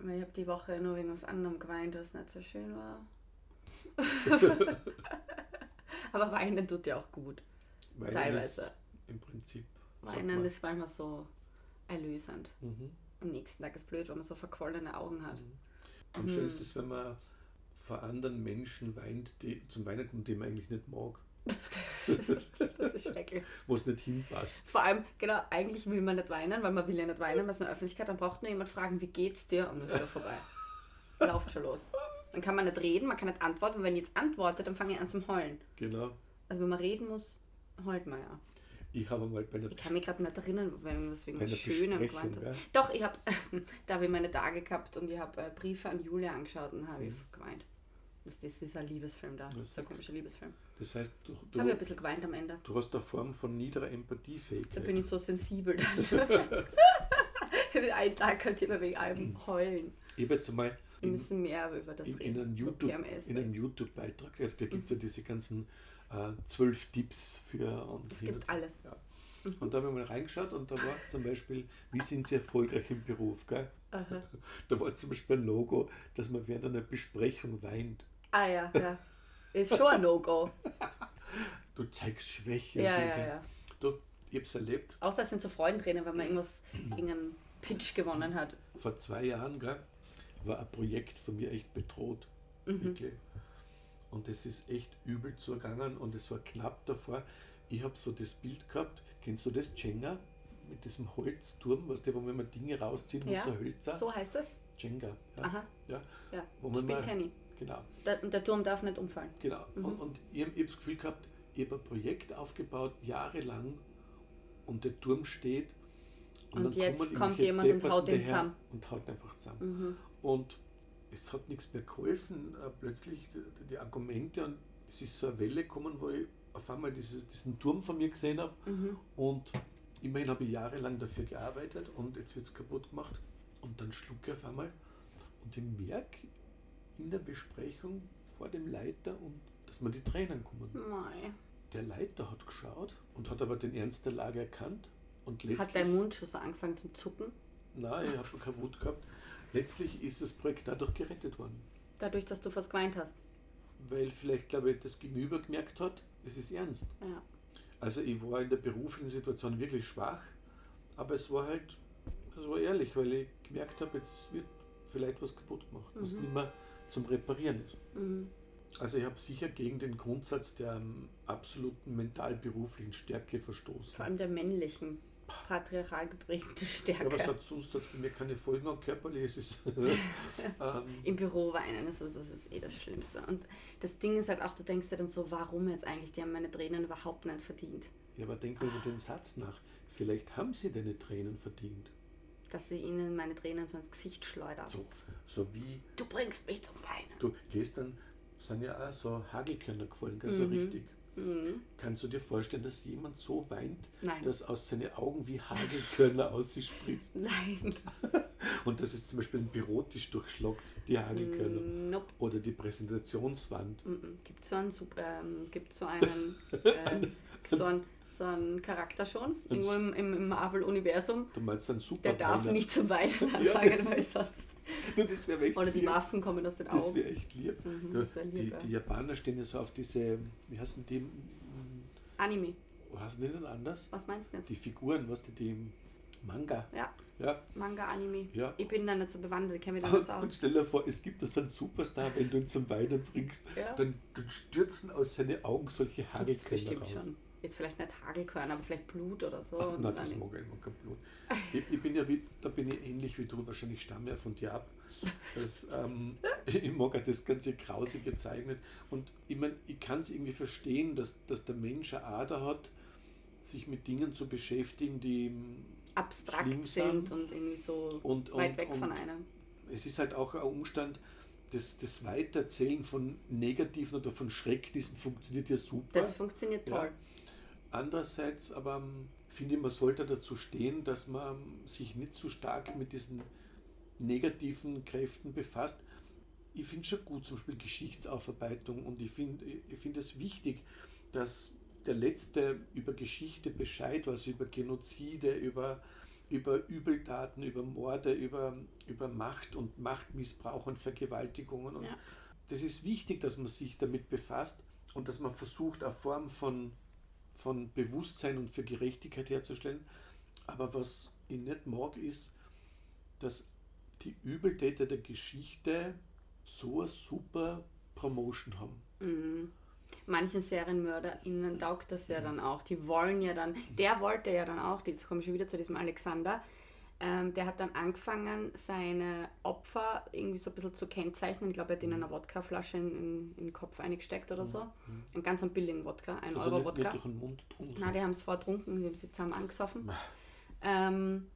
weil Ich habe die Woche nur wegen was anderem geweint, was nicht so schön *laughs* war. Aber weinen tut ja auch gut. Weinen Teilweise. Ist Im Prinzip. sagt Weinen man. ist manchmal so erlösend. Mhm. Am nächsten Tag ist blöd, wenn man so verquollene Augen hat. Am hm. schönsten ist, wenn man vor anderen Menschen weint, die zum Weinen kommen, die man eigentlich nicht mag, Das ist schrecklich. wo es nicht hinpasst. Vor allem, genau, eigentlich will man nicht weinen, weil man will ja nicht weinen, man ist in der Öffentlichkeit, dann braucht nur jemand fragen, wie geht's dir? Und dann ist er vorbei. Lauft schon los. Dann kann man nicht reden, man kann nicht antworten. Und wenn ich jetzt antworte, dann fange ich an zum Heulen. Genau. Also wenn man reden muss, heult man ja. Ich habe mal bei einer Ich kann mich gerade nicht erinnern, wenn das wegen Bei was der Schönem Besprechung, geweint hat. gell? Doch, ich habe, *laughs* da habe ich meine Tage gehabt und ich habe äh, Briefe an Julia angeschaut und habe ich geweint. Das, das ist ein Liebesfilm da. Mhm. Das Das ist ein komischer Liebesfilm. Das heißt, du, Da habe ich ein du, bisschen geweint am Ende. du hast eine Form von niederer Da bin Empathiefähigkeit. ich so sensibel. Einen Tag könnt ihr mir wegen allem heulen. Ich habe jetzt einmal Wir in- müssen mehr über das in, in reden. einem so Mhm. YouTube, PMS. in einem YouTube-Beitrag. Also Da gibt es ja diese ganzen äh, zwölf Tipps für und Es gibt alles. Mhm. Ja. Und da habe ich mal reingeschaut und da war zum Beispiel, wie sind sie erfolgreich im Beruf? Gell? Aha. *laughs* Da war zum Beispiel ein Logo, dass man während einer Besprechung weint. Ah ja, ja. Ist schon *laughs* ein No-Go. Du zeigst Schwäche. und ja, so ja, weiter. ja. Du, ich habe es erlebt, Außer es sind so Freudentränen, wenn man irgendwas, Mhm. irgendeinen Pitch gewonnen hat. vor Mhm. zwei Jahren gell, war ein Projekt von mir echt bedroht. Wirklich. Und es ist echt übel zugegangen und es war knapp davor. Ich habe so das Bild gehabt, kennst du das, Jenga? Mit diesem Holzturm, weißt du, wo man immer Dinge rausziehen muss, Ja, so Hölzer. So heißt das? Jenga. Ja. Aha. Ja, Ja. Wo man Spiel mal- kenne ich. genau. Der, der Turm darf nicht umfallen. Genau. Und, und ich habe das Gefühl gehabt, ich habe ein Projekt aufgebaut, jahrelang, und der Turm steht. Und dann jetzt kommen kommt irgendwelche jemand und haut Depperten ihn daher zusammen. Und haut ihn einfach zusammen. Mhm. Und es hat nichts mehr geholfen. Äh, Plötzlich die- die Argumente, und es ist so eine Welle gekommen, wo ich auf einmal dieses, diesen Turm von mir gesehen habe. Mhm. Und immerhin habe ich jahrelang dafür gearbeitet und jetzt wird es kaputt gemacht. Und dann schluck ich auf einmal und ich merke in der Besprechung vor dem Leiter, und, dass mir die Tränen kommen. Mei. Der Leiter hat geschaut und hat aber den Ernst der Lage erkannt. Und Hat letztlich, dein Mund schon so angefangen zum Zucken? nein, ich habe keine Wut gehabt. Letztlich ist das Projekt dadurch gerettet worden. Dadurch, dass du fast geweint hast. Weil vielleicht, glaube ich, das Gegenüber gemerkt hat, es ist ernst. Ja. Also ich war in der beruflichen Situation wirklich schwach, aber es war halt, es war ehrlich, weil ich gemerkt habe, jetzt wird vielleicht was kaputt gemacht, was Mhm. nicht mehr zum Reparieren ist. Mhm. Also ich habe sicher gegen den Grundsatz der ähm, absoluten mental-beruflichen Stärke verstoßen. Vor allem der männlichen, patriarchal geprägte Ja, aber es Stärke. hat sonst hat's bei mir keine Folgen an körperliches. *laughs* Es ist, ähm, Im Büro weinen ist sowieso das ist eh das Schlimmste. Und das Ding ist halt auch, du denkst dir dann so, warum jetzt eigentlich? Die haben meine Tränen überhaupt nicht verdient. ja, aber denk mal über den Satz nach. Vielleicht haben sie deine Tränen verdient. Dass sie ihnen meine Tränen so ins Gesicht schleudern. So, so wie Du bringst mich zum Weinen. du gestern sind ja auch so Hagelkörner gefallen, gell, so Mhm. richtig. Mhm. Kannst du dir vorstellen, dass jemand so weint, Nein. dass aus seinen Augen wie Hagelkörner *laughs* aus sich spritzt? Nein. Und dass es zum Beispiel ein Bürotisch durchschlockt, die Hagelkörner. Nope. Mhm. Oder die Präsentationswand. Gibt so einen, Sup- ähm, gibt so einen, *laughs* äh, so einen, so einen Charakter schon, irgendwo im, im im Marvel-Universum, Du meinst dann der super. darf nicht zum Weinen Ja, anfangen, das- weil sonst. Du, *laughs* das wäre echt Oder die lieb. Waffen kommen aus den Das Augen. wäre echt lieb. Mhm, Du, das wär lieb, die, ja. die Japaner stehen ja so auf diese, wie heißen die, Anime. oh, heißen die denn anders? Was meinst du jetzt? Die Figuren, was die, die Manga. Ja, Ja. Manga, Anime. Ja. Ich bin da nicht so bewandert, ich kenne mich da nicht so Und *laughs* aus. stell dir vor, es gibt da so einen Superstar, wenn du ihn zum Weinen bringst, Ja. dann, dann stürzen aus seinen Augen solche Gibt's Hagelkörner bestimmt raus. schon. Oh, Jetzt vielleicht nicht Hagelkörner, aber vielleicht Blut oder so. Ach, und nein, das dann- mag ich immer kein Blut. Ich, ich bin ja wie, da bin ich ähnlich wie du, wahrscheinlich stamme ja von dir ab. *laughs* Das, ähm, ich mag ja das ganze Grausige gezeichnet. Und ich meine, ich kann es irgendwie verstehen, dass, dass der Mensch eine Ader hat, sich mit Dingen zu beschäftigen, die ihm- schlimm sind. abstrakt sind und irgendwie so Und- weit und- weg von und- einem. es ist halt auch ein Umstand, das, das Weiterzählen von Negativen oder von Schrecknissen funktioniert ja super. Das funktioniert Ja. toll. Andererseits aber ähm, finde ich, man sollte dazu stehen, dass man ähm, sich nicht zu stark mit diesen negativen Kräften befasst. Ich finde schon gut, zum Beispiel Geschichtsaufarbeitung und ich finde ich find es wichtig, dass der Letzte über Geschichte Bescheid weiß, über Genozide, über, über Übeltaten, über Morde, über, über Macht und Machtmissbrauch und Vergewaltigungen. Und Ja. Das ist wichtig, dass man sich damit befasst und dass man versucht, eine Form von von Bewusstsein und für Gerechtigkeit herzustellen. Aber was ich nicht mag, ist, dass die Übeltäter der Geschichte so eine super Promotion haben. Mhm. Manchen SerienmörderInnen taugt das ja dann auch. Die wollen ja dann, der wollte ja dann auch, jetzt komme ich schon wieder zu diesem Alexander, ähm, der hat dann angefangen, seine Opfer irgendwie so ein bisschen zu kennzeichnen. Ich glaube, er hat Mhm. ihnen eine Wodkaflasche in, in, in den Kopf eingesteckt oder so. Einen ganz einen billigen Wodka, ein Also Euro nicht, nicht Wodka. durch den Mund tun. Na, die haben es vortrunken, die haben sich zusammen angesoffen. Ähm,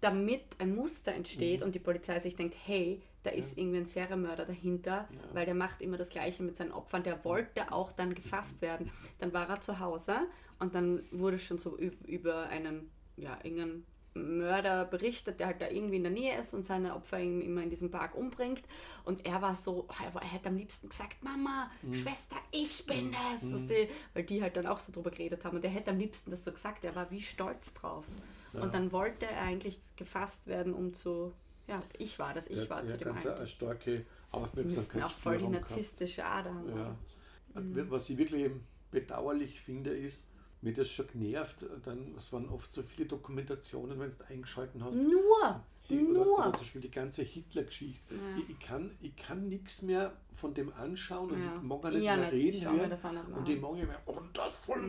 damit ein Muster entsteht und die Polizei sich denkt, hey, da ist irgendwie ein Serienmörder dahinter, Ja. weil der macht immer das Gleiche mit seinen Opfern. Der wollte auch dann gefasst werden. Dann war er zu Hause und dann wurde schon so üb- über einen, ja, irgendeinen Mörder berichtet, der halt da irgendwie in der Nähe ist und seine Opfer ihm immer in diesem Park umbringt. Und er war so, er, war, er hätte am liebsten gesagt, Mama, Schwester, ich bin das. Weißt du, weil die halt dann auch so drüber geredet haben. Und er hätte am liebsten das so gesagt, er war wie stolz drauf. Ja. Und dann wollte er eigentlich gefasst werden, um zu, ja, ich war das, ich Der hat war ja zu dem ganz eine einen. starke Die müssten Aufmerksamkeit. auch voll die Spielraum gehabt. narzisstische Ader haben. Mhm. Ja. Äh, Was ich wirklich bedauerlich finde, ist, mir äh, das schon genervt, dann, es waren oft so viele Dokumentationen, wenn du eingeschalten hast, Nur! die, Nur. Oder, oder zum Beispiel die ganze Hitler-Geschichte. Ich, ich kann, ich kann nichts mehr von dem anschauen und Ja. ich mag auch Ich nicht auch mehr nicht. Ich reden schau mir hören. das auch nicht Mhm. mehr und an. ich mag nicht mehr, oh, das ist voll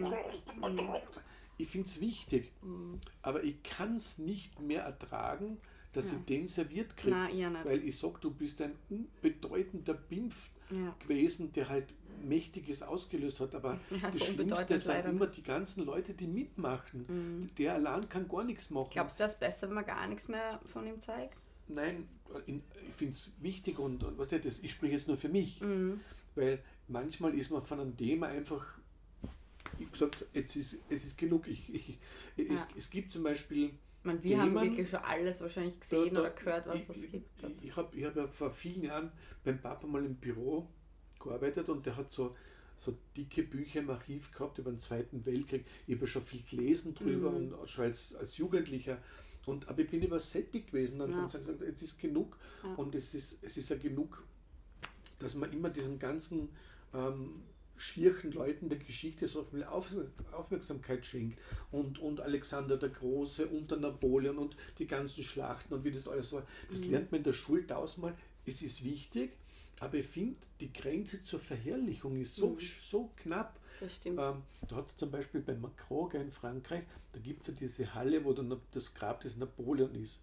groß. Ich finde es wichtig, Mhm. aber ich kann es nicht mehr ertragen, dass ich den serviert kriege. Nein, ich auch nicht. Weil ich sage, du bist ein unbedeutender Bimpf Ja. gewesen, der halt Mächtiges ausgelöst hat. Aber *laughs* Ja, das so unbedeutend Schlimmste sind leider. Mhm. immer die ganzen Leute, die mitmachen. Der allein kann gar nichts machen. Glaubst du, das ist besser, wenn man gar nichts mehr von ihm zeigt? Nein, in, ich finde es wichtig und, und was weißt du, das, ich spreche jetzt nur für Mhm. mich. Weil manchmal ist man von einem Thema einfach, ich gesagt, jetzt ist, es ist genug. Ich, ich, es, Ja. es gibt zum Beispiel. Ich meine, wir haben Themen, wirklich schon alles wahrscheinlich gesehen oder gehört, was es Äh, ich, gibt. Ich, ich habe ich hab ja vor vielen Jahren beim Papa mal im Büro gearbeitet und der hat so, so dicke Bücher im Archiv gehabt über den Zweiten Weltkrieg. Ich habe ja schon viel gelesen drüber Mhm. und schon als, als Jugendlicher. Und, aber ich bin übersättigt gewesen. Dann Ja. ja. gesagt, jetzt ist genug. Ja. Und es ist, es ist ja genug, dass man immer diesen ganzen ähm, schierchen Leuten der Geschichte so viel Auf Aufmerksamkeit schenkt. Und, und Alexander der Große unter Napoleon und die ganzen Schlachten und wie das alles war. Das lernt man in der Schule tausendmal. Es ist wichtig, aber ich finde, die Grenze zur Verherrlichung ist so, so knapp. Das stimmt. Ähm, da hat es zum Beispiel bei Macron gell, in Frankreich, da gibt es ja diese Halle, wo dann Na- das Grab des Napoleon ist.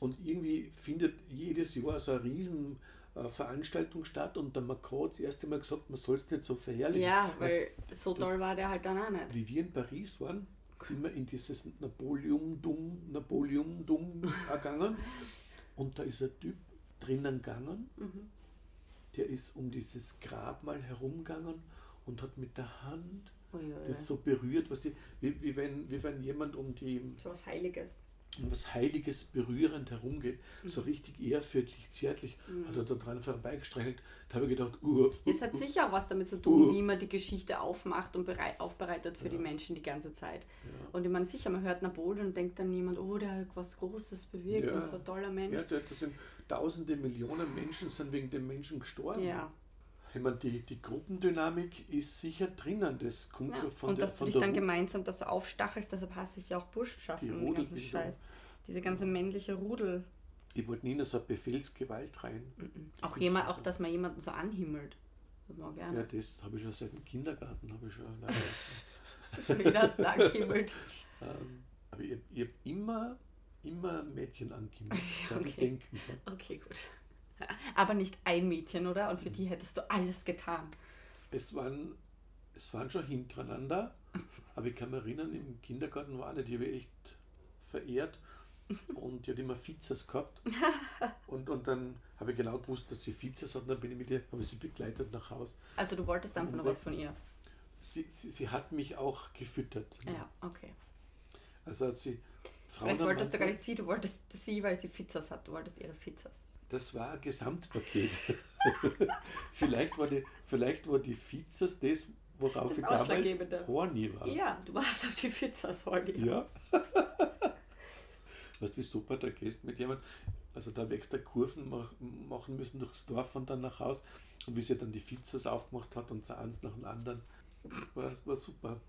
Und irgendwie findet jedes Jahr so eine riesen äh, Veranstaltung statt und der Macron hat das erste Mal gesagt, man soll es nicht so verherrlichen. ja, weil so toll war der halt dann auch nicht. Wie wir in Paris waren, sind wir in dieses Napoleon-Dum, Napoleon-Dum gegangen und da ist ein Typ drinnen gegangen, der ist um dieses Grab mal herumgegangen und hat mit der Hand Uiuiui. das so berührt, was die, wie, wie, wenn, wie wenn jemand um, die, So was Heiliges. um was Heiliges berührend herumgeht, so Mhm. richtig ehrfürchtig, zärtlich, hat er da dran vorbeigestreichelt. Da habe ich gedacht, uh, uh, Es hat uh. sicher auch was damit zu tun, Uh. wie man die Geschichte aufmacht und berei- aufbereitet für die Menschen die ganze Zeit. Und ich meine, sicher, man hört Napoleon und denkt dann niemand, oh, der hat was Großes bewirkt Ja. und so ein toller Mensch. ja, da, das sind tausende Millionen Menschen sind wegen dem Menschen gestorben. Ja. Ich meine, die, die Gruppendynamik ist sicher drinnen, das kommt Ja. schon von und der dass du von dich der dann Ru- gemeinsam das so aufstachelst, deshalb hasse ich ja auch Burschenschaften Die und den ganzen Rudelbildung. Scheiß. Diese ganze männliche Rudel. Ich wollte nie in so eine Befehlsgewalt rein. Auch, find's jemand, auch so. dass man jemanden so anhimmelt. Das mag ich auch Mhm. Ja, gerne. das habe ich schon seit dem Kindergarten. Habe ich schon, leider. Wie das da anhimmelt. ähm, aber ich, ich habe immer, immer Mädchen *laughs* angemeldet. Okay. Denken. ja. Okay, gut. Aber nicht ein Mädchen, oder? Mhm. Und für die hättest du alles getan. Es waren, es waren schon *laughs* hintereinander, aber ich kann mich erinnern, im Kindergarten war eine, die habe ich echt verehrt und die hat immer Fizers *laughs* gehabt. Und, und dann habe ich genau gewusst, dass sie Fizers hat und dann bin ich mit ihr, habe ich sie begleitet nach Haus. Also du wolltest einfach nur was von ihr. Sie, sie, sie hat mich auch gefüttert. Ja, okay. Also hat sie Frauen Vielleicht am wolltest du Mann- gar nicht sie, du wolltest sie, weil sie Fizzas hat. Du wolltest ihre Fizzas. Das war ein Gesamtpaket. *laughs* vielleicht, war die, vielleicht war die Fizers das, worauf Das ich damals Ausschlaggebende. horny war. Ja, du warst auf die Fizzas heute. Ja. *laughs* weißt du, wie super, da gehst mit jemand, also da habe ich extra Kurven mach, machen müssen durchs Dorf und dann nach Haus. Und wie sie dann die Pizzas aufgemacht hat und so eins nach dem anderen. War, war *laughs* super.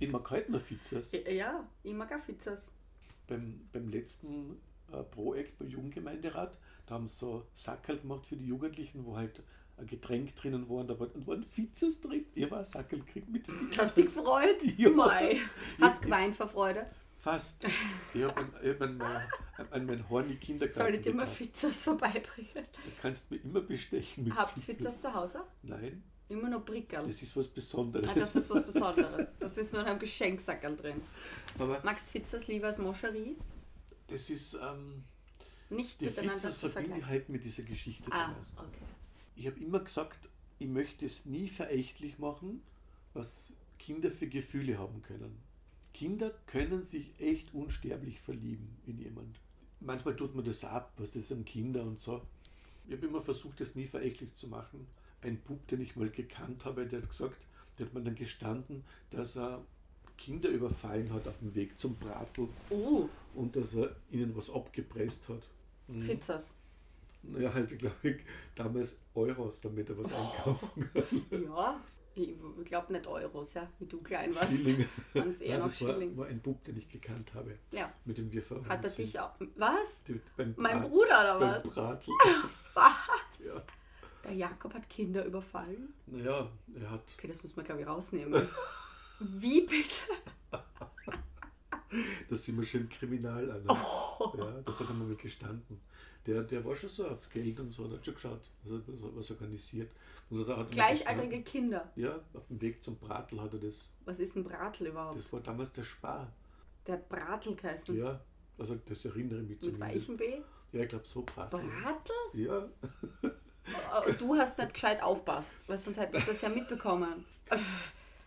Ich mag heute noch Pizzas. Ja, ich mag auch Fizzas. Beim, beim letzten äh, Projekt beim Jugendgemeinderat, da haben sie so Sackerl gemacht für die Jugendlichen, wo halt ein Getränk drinnen war und da war- und waren Pizzas drin. Ich war Sackerl gekriegt mit Hast dich gefreut? Ja. Mei. Hast geweint vor Freude? Fast. Ich habe an, ich hab an, mein- an meinen horny Kindergarten. Soll ich dir mal gedacht. Fizzas vorbeibringen? Du kannst mir immer bestechen mit Habt ihr Fizzes. Fizzas zu Hause? Nein, Immer noch Brickerl. das ist was Besonderes. Ah, das ist was Besonderes. Das ist nur in einem Geschenksackerl drin. *laughs* Aber Magst Fizzas lieber als Moscherie? das ist, ähm, Nicht die miteinander Fizzes zu verbinde ich vergleichen. halt mit dieser Geschichte Ah, damals. okay. Ich habe immer gesagt, ich möchte es nie verächtlich machen, was Kinder für Gefühle haben können. Kinder können sich echt unsterblich verlieben in jemand. Manchmal tut man das ab, was das an Kinder und so. Ich habe immer versucht, das nie verächtlich zu machen. Ein Bub, den ich mal gekannt habe, der hat gesagt, der hat mir dann gestanden, dass er Kinder überfallen hat auf dem Weg zum Bratl Uh, und dass er ihnen was abgepresst hat. Mhm. Fizzas. Naja, halt, glaube ich, damals Euros, damit er was einkaufen kann. Ja, Ich glaube nicht Euros, ja, wie du klein warst. Schilling. Waren's eher Nein, noch das war, Schilling. war ein Bub, den ich gekannt habe, Ja. mit dem wir verwandt Hat er sind. dich auch. Was? Die- Beim Mein Brat- Bruder oder Beim was? *laughs* Bratl. Was? Ja. Der Jakob hat Kinder überfallen. Naja, er hat Okay, das muss man glaube *laughs* ich rausnehmen. Wie bitte? Das sind wir schön kriminal an. ne? Oh. Ja, das hat er mal gestanden. Der, der war schon so aufs Geld und so, und hat schon geschaut, also das war was organisiert. Und da hat er mal Gleichaltrige gestanden. Kinder. Ja, auf dem Weg zum Bratl hat er das. Was ist ein Bratel überhaupt? Das war damals der Spar. Der hat Bratel geheißen. Ja, also das erinnere ich mich Hm. Mit zumindest. weichem B? Ja, ich glaube so Bratl. Bratel? Ja, Oh, Du hast nicht gescheit aufpasst, weil sonst hättest du das *laughs* ja mitbekommen.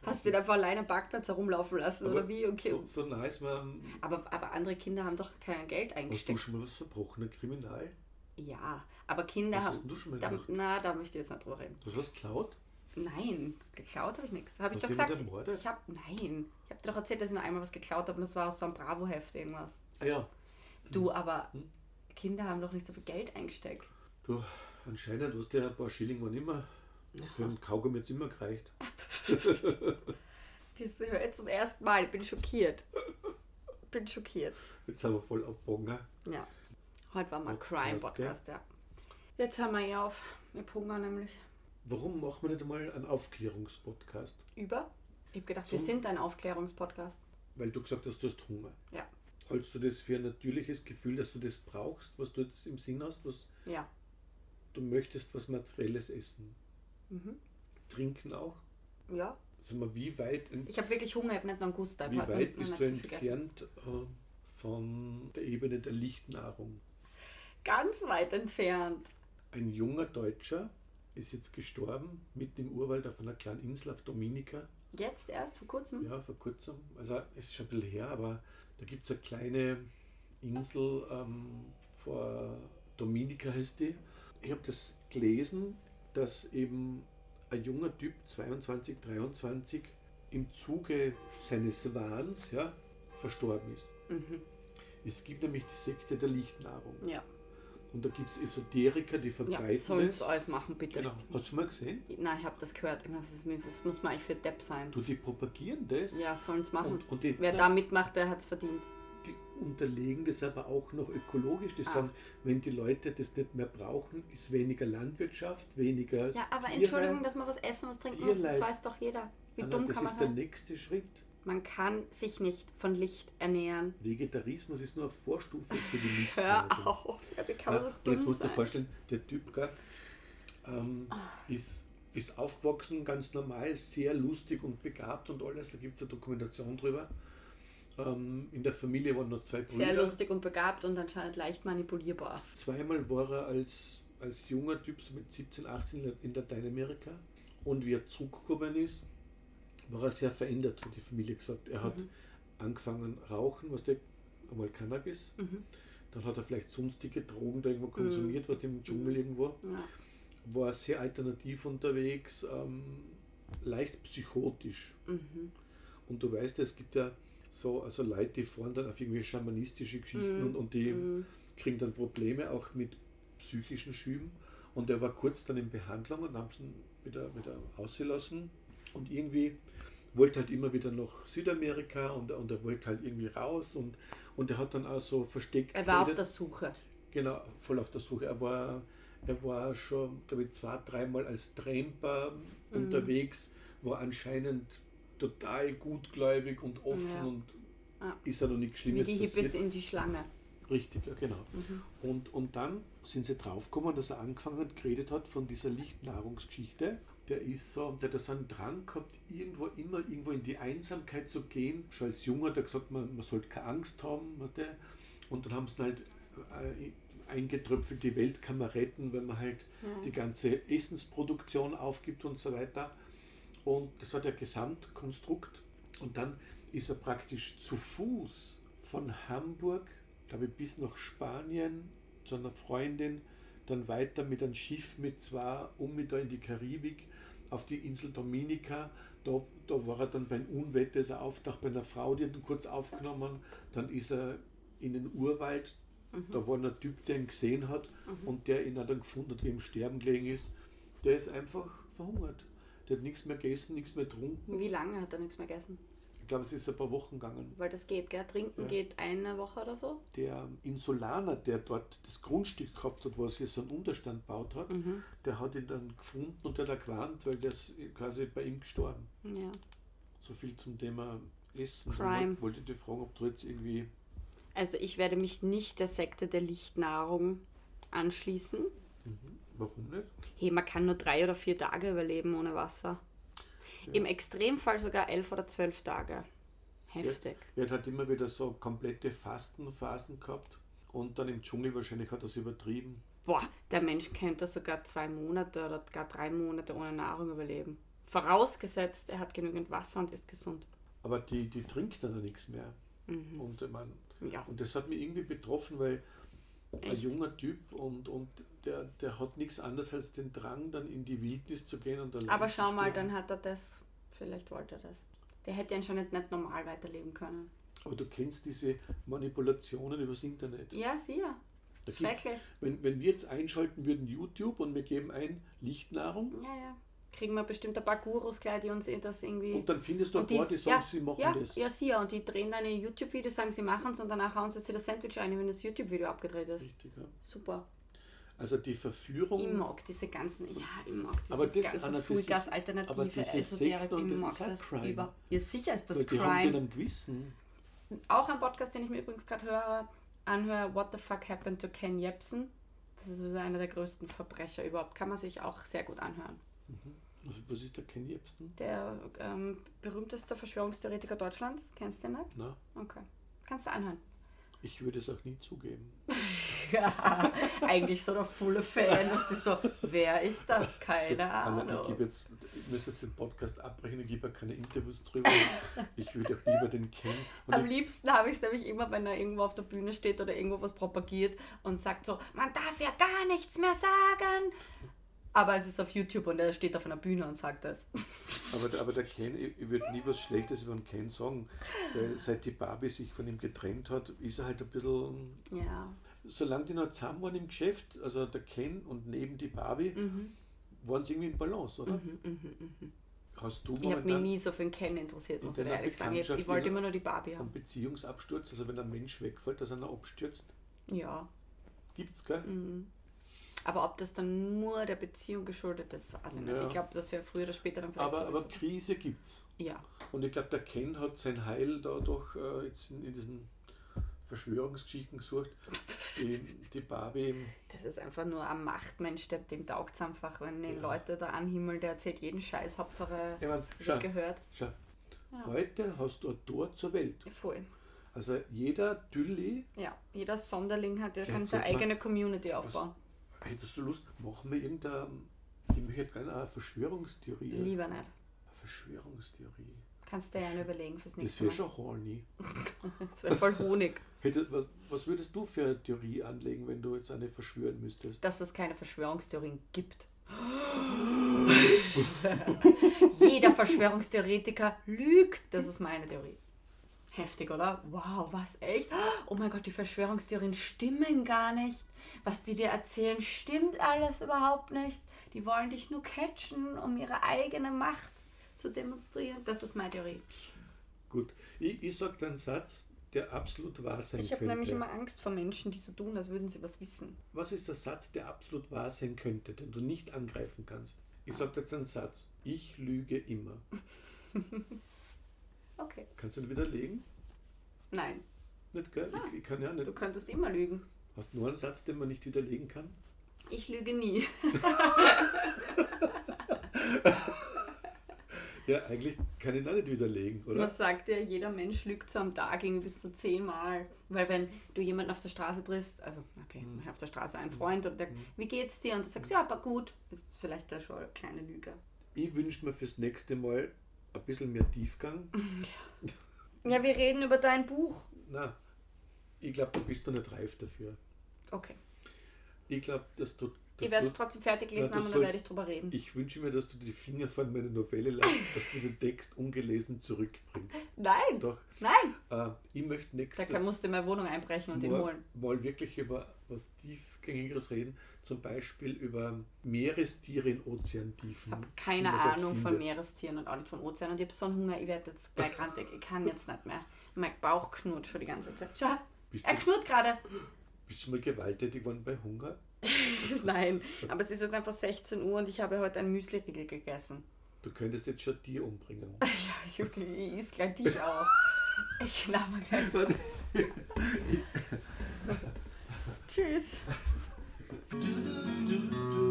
Hast du dir einfach alleine am Parkplatz herumlaufen lassen oder aber wie? Okay. so, so nice war. am- Aber, aber andere Kinder haben doch kein Geld Hast du eingesteckt. schon mal was verbrochen, ein Kriminal? Ja, aber Kinder Was haben. hast du schon mal da, gemacht? na, da möchte ich jetzt nicht drüber reden. Du hast was geklaut? Nein, geklaut habe ich nichts. Habe Hast ich doch du jemanden gesagt. ermordet? Ich habe nein. Ich habe dir doch erzählt, dass ich nur einmal was geklaut habe und das war aus so einem Bravo-Heft irgendwas. Ah ja, Hm. Du, aber Kinder haben doch nicht so viel Geld eingesteckt. du, anscheinend hast du ja ein paar Schilling wann immer. Für einen Kaugummi jetzt immer gereicht. Das höre ich zum ersten Mal. Ich bin schockiert. Bin schockiert. Jetzt sind wir voll abbogen. Ja. Heute war mal ein Podcast, Crime-Podcast, ja. Jetzt hören wir hier auf. Ich hab Hunger nämlich. Warum machen wir nicht einmal einen Aufklärungspodcast? Über. Ich habe gedacht, wir Zum- sind ein Aufklärungspodcast. Weil du gesagt hast, du hast Hunger. Ja. Hältst du das für ein natürliches Gefühl, dass du das brauchst, was du jetzt im Sinn hast, was Ja. du möchtest, was Materielles essen? Mhm. Trinken auch? Ja. Sag mal, wie weit, ent- Ich habe wirklich Hunger, ich habe nicht noch einen Gusto. Ich wie hab weit heute bist noch du nicht so viel gegessen. entfernt äh, von der Ebene der Lichtnahrung? Ganz weit entfernt. Ein junger Deutscher ist jetzt gestorben, mitten im Urwald auf einer kleinen Insel auf Dominika. Jetzt erst, vor kurzem. Ja, vor kurzem. Also es ist schon ein bisschen her, aber da gibt es eine kleine Insel ähm, vor Dominika heißt die. Ich habe das gelesen, dass eben ein junger Typ, 22, 23, im Zuge seines Wahns ja, verstorben ist. Mhm. Es gibt nämlich die Sekte der Lichtnahrung. Ja. Und da gibt es Esoteriker, die verbreiten Ja, sollen es. sie alles machen, bitte. Genau. Hast du schon mal gesehen? Nein, ich habe das gehört. Ich mein, Das, ist, mir- das muss man eigentlich für Depp sein. Du, die propagieren das. Ja, sollen es machen. Und, und die, Wer na, da mitmacht, der hat es verdient. die unterlegen das aber auch noch ökologisch. Die Ah. sagen, wenn die Leute das nicht mehr brauchen, ist weniger Landwirtschaft, weniger. Ja, aber Tierleid. Entschuldigung, dass man was essen, was trinken muss, das Tierleid. weiß doch jeder. Wie Anna, dumm Ah, das kann man halt- ist der sein? nächste Schritt. Man kann sich nicht von Licht ernähren. Vegetarismus ist nur eine Vorstufe für die *laughs* Hör Nichtnahrung. auf, ja, wie kann man so und jetzt musst dumm du dir sein? Ah. vorstellen, der Typ gell, ähm, ist, ist aufgewachsen, ganz normal, sehr lustig und begabt und alles. Da gibt es eine Dokumentation drüber. Ähm, in der Familie waren noch zwei Brüder. Sehr lustig und begabt und anscheinend leicht manipulierbar. Zweimal war er als, als junger Typ, so mit 17, 18 in Lateinamerika. Und wie er zurückgekommen ist, war er sehr verändert, hat die Familie gesagt. Er Mhm. hat angefangen rauchen, was der einmal Cannabis. Mhm. Dann hat er vielleicht sonstige Drogen da irgendwo konsumiert, was im Dschungel Mhm. irgendwo. Ja. War sehr alternativ unterwegs, ähm, leicht psychotisch. Mhm. Und du weißt, ja, es gibt ja so also Leute, die fahren dann auf irgendwelche schamanistische Geschichten Mhm. und, und die Mhm. kriegen dann Probleme auch mit psychischen Schüben. Und er war kurz dann in Behandlung und haben ihn wieder, wieder ausgelassen. Und irgendwie wollte halt immer wieder nach Südamerika und, und er wollte halt irgendwie raus. Und, und er hat dann auch so versteckt. Er war auf geredet. der Suche. Genau, voll auf der Suche. Er war, er war schon, glaube ich, zwei, dreimal als Tramper Mhm. unterwegs, war anscheinend total gutgläubig und offen Ja. und Ah. ist ja noch nichts Wie Schlimmes die Hippies passiert. in die Schlange. Richtig, ja genau. Und, und dann sind sie draufgekommen, dass er angefangen hat, geredet hat von dieser Lichtnahrungsgeschichte. Der ist so, der hat da so einen Drang gehabt, irgendwo immer irgendwo in die Einsamkeit zu gehen. Schon als Junger hat er gesagt, man, man sollte keine Angst haben. Weißt du? Und dann haben sie ihn halt äh, eingetröpfelt, die Weltkameretten, wenn man halt die ganze Essensproduktion aufgibt und so weiter. Und das war der Gesamtkonstrukt. Und dann ist er praktisch zu Fuß von Hamburg, glaube ich, bis nach Spanien zu einer Freundin, dann weiter mit einem Schiff mit zwei um mit da in die Karibik auf die Insel Dominica. Da, da war er dann beim Unwetter, ist er auftaucht bei einer Frau, die hat ihn kurz aufgenommen. Dann ist er in den Urwald. Da war ein Typ, der ihn gesehen hat und der ihn auch dann gefunden hat, wie er im Sterben gelegen ist. Der ist einfach verhungert. Die hat nichts mehr gegessen, nichts mehr getrunken. Wie lange hat er nichts mehr gegessen? Ich glaube, es ist ein paar Wochen gegangen. Weil das geht, gell? Trinken Ja. geht eine Woche oder so. Der Insulaner, der dort das Grundstück gehabt hat, wo er sich so einen Unterstand gebaut hat, Mhm. der hat ihn dann gefunden und der hat auch gewarnt, weil der ist quasi bei ihm gestorben. Ja. So viel zum Thema Essen. Crime. Ich wollte dich fragen, ob du jetzt irgendwie. Also ich werde mich nicht der Sekte der Lichtnahrung anschließen. Warum nicht? Hey, man kann nur drei oder vier Tage überleben ohne Wasser. Im Extremfall sogar elf oder zwölf Tage. Heftig. Er hat halt immer wieder so komplette Fastenphasen gehabt und dann im Dschungel wahrscheinlich hat er es übertrieben. Boah, der Mensch könnte sogar zwei Monate oder gar drei Monate ohne Nahrung überleben. Vorausgesetzt, er hat genügend Wasser und ist gesund. Aber die, die trinkt dann auch nichts mehr. Mhm. Und, ich mein, Ja. und das hat mich irgendwie betroffen, weil ein Echt? junger Typ und, und der, der hat nichts anderes als den Drang, dann in die Wildnis zu gehen und allein Aber zu schau mal, sterben. dann hat er das. Vielleicht wollte er das. Der hätte ja schon nicht, nicht normal weiterleben können. Aber du kennst diese Manipulationen übers Internet. Ja, sicher. Da gibt's- Schrecklich. Wenn, wenn wir jetzt einschalten würden YouTube und wir geben ein Lichtnahrung Ja, ja. Kriegen wir bestimmt ein paar Gurus gleich, die uns eh das irgendwie. und dann findest du ein paar, die sagen, sie machen ja, das. Ja, sie ja. Und die drehen deine YouTube-Videos, sagen, sie machen es und danach hauen sie sich das Sandwich ein, wenn das YouTube-Video abgedreht ist. Richtig, ja. Super. Also die Verführung. Ich mag diese ganzen, ja, ich mag diese Aber das, ganze Anna, das ist- aber Fullgas-Alternative das ist Sekten Esoterik, und ich das mag ist auch das Crime. über. Ja, sicher ist das Weil die haben die Crime. dann Gewissen. Auch ein Podcast, den ich mir übrigens gerade höre, anhöre, What the fuck happened to Ken Jebsen? Das ist also einer der größten Verbrecher überhaupt. Kann man sich auch sehr gut anhören. Also Was ist der Ken Jebsen? Der ähm, berühmteste Verschwörungstheoretiker Deutschlands. Kennst du den nicht? Na, Okay. Kannst du anhören. ich würde es auch nie zugeben. Ja, eigentlich so der volle Fan. Und die so, wer ist das? Keine Anna, ich, gebe Ahnung. jetzt, ich muss jetzt den Podcast abbrechen, ich gebe auch keine Interviews drüber. ich würde auch lieber den Ken. Und Am ich, liebsten habe ich es nämlich immer, wenn er irgendwo auf der Bühne steht oder irgendwo was propagiert und sagt so, man darf ja gar nichts mehr sagen. Aber es ist auf YouTube und er steht auf einer Bühne und sagt das. *laughs* aber, aber der Ken, ich, ich würde nie was Schlechtes über den Ken sagen. Weil seit die Barbie sich von ihm getrennt hat, ist er halt ein bisschen. Ja. Solange die noch zusammen waren im Geschäft, also der Ken und neben die Barbie, Mhm. waren sie irgendwie in Balance, oder? Hast du Ich habe mich momentan nie so für den Ken interessiert, muss ich deiner ehrlich sagen. Ich, ich Bekanntschaft, wollte ja. immer nur die Barbie einen haben. Beziehungsabsturz, also wenn ein Mensch wegfällt, dass einer abstürzt? Ja. Gibt's, gell? Mhm. Aber ob das dann nur der Beziehung geschuldet ist, weiß ich nicht. Ja. Ich glaube, das wäre früher oder später dann vielleicht Aber, sowieso. aber Krise gibt's. Ja. Und ich glaube, der Ken hat sein Heil dadurch äh, jetzt in, in diesen Verschwörungsgeschichten gesucht. Die, die Barbie, Das ist einfach nur ein Machtmensch, der dem taugt es einfach, wenn die Ja. Leute da anhimmeln, der erzählt jeden Scheiß, Hauptsache ich mein, schau, wird gehört. schau. Ja. heute hast du ein Tor zur Welt. Voll. Also jeder Tülli, Ja, jeder Sonderling hat, der Vielleicht kann seine sollte man- eigene Community aufbauen. hättest du Lust, machen wir irgendeine, ich möchte gerne eine Verschwörungstheorie. Lieber nicht. Eine Verschwörungstheorie. Kannst du dir ja noch überlegen fürs Das nächste Mal. wäre schon horny. Das wäre voll Honig. Hätte, was, was würdest du für eine Theorie anlegen, wenn du jetzt eine verschwören müsstest? Dass es keine Verschwörungstheorien gibt. Jeder Verschwörungstheoretiker lügt. Das ist meine Theorie. Heftig, oder? Wow, was echt? Oh mein Gott, die Verschwörungstheorien stimmen gar nicht. Was die dir erzählen, stimmt alles überhaupt nicht. Die wollen dich nur catchen, um ihre eigene Macht zu demonstrieren. Das ist meine Theorie. Gut, ich, ich sage einen Satz, der absolut wahr sein Ich habe könnte. nämlich immer Angst vor Menschen, die so tun, als würden sie was wissen. Was ist der Satz, der absolut wahr sein könnte, den du nicht angreifen kannst? Ich sage jetzt einen Satz. Ich lüge immer. Okay. Kannst du ihn widerlegen? Nein, Nicht, gell? Ich, ich kann ja nicht. Ah. du könntest immer lügen. Hast du nur einen Satz, den man nicht widerlegen kann? Ich lüge nie. Ja, eigentlich kann ich ihn auch nicht widerlegen, oder? Man sagt ja, jeder Mensch lügt so am Tag irgendwie bis zu zehnmal. Weil wenn du jemanden auf der Straße triffst, also okay, Mhm. auf der Straße einen Freund und der, wie geht's dir? Und du sagst, ja, aber gut, ist vielleicht da schon eine kleine Lüge. Ich wünsche mir fürs nächste Mal ein bisschen mehr *laughs* Tiefgang. Ja, wir reden über dein Buch. Na, ich glaube, du bist noch nicht reif dafür. Okay. Ich glaube, dass du Ich dass werde du- es trotzdem fertig lesen Nein, haben du und dann sollst- werde ich drüber reden. Ich wünsche mir, dass du die Finger von meiner Novelle lässt, dass du den Text ungelesen *laughs* zurückbringst. Nein, Doch, nein. äh, ich möchte nächstes Da musste in meine Wohnung einbrechen und ihn mal, holen. mal wirklich über was Tiefgängigeres reden, zum Beispiel über Meerestiere in Ozeantiefen. Ich habe die keine man dort Ahnung von findet. Meerestieren und auch nicht von Ozean. Und ich habe so einen Hunger, ich werde jetzt gleich rantig. Ich kann jetzt nicht mehr. Mein Bauch knurrt schon die ganze Zeit. Schau, Bist er du, knurrt gerade. bist du mal gewalttätig worden bei Hunger? *laughs* Nein, aber es ist jetzt einfach 16 Uhr und ich habe heute einen Müsli-Riegel gegessen. Du könntest jetzt schon Tier umbringen. Ja, okay, ich is gleich dich auf. Ich knall mal gleich gut. Tschüss. Du, du, du.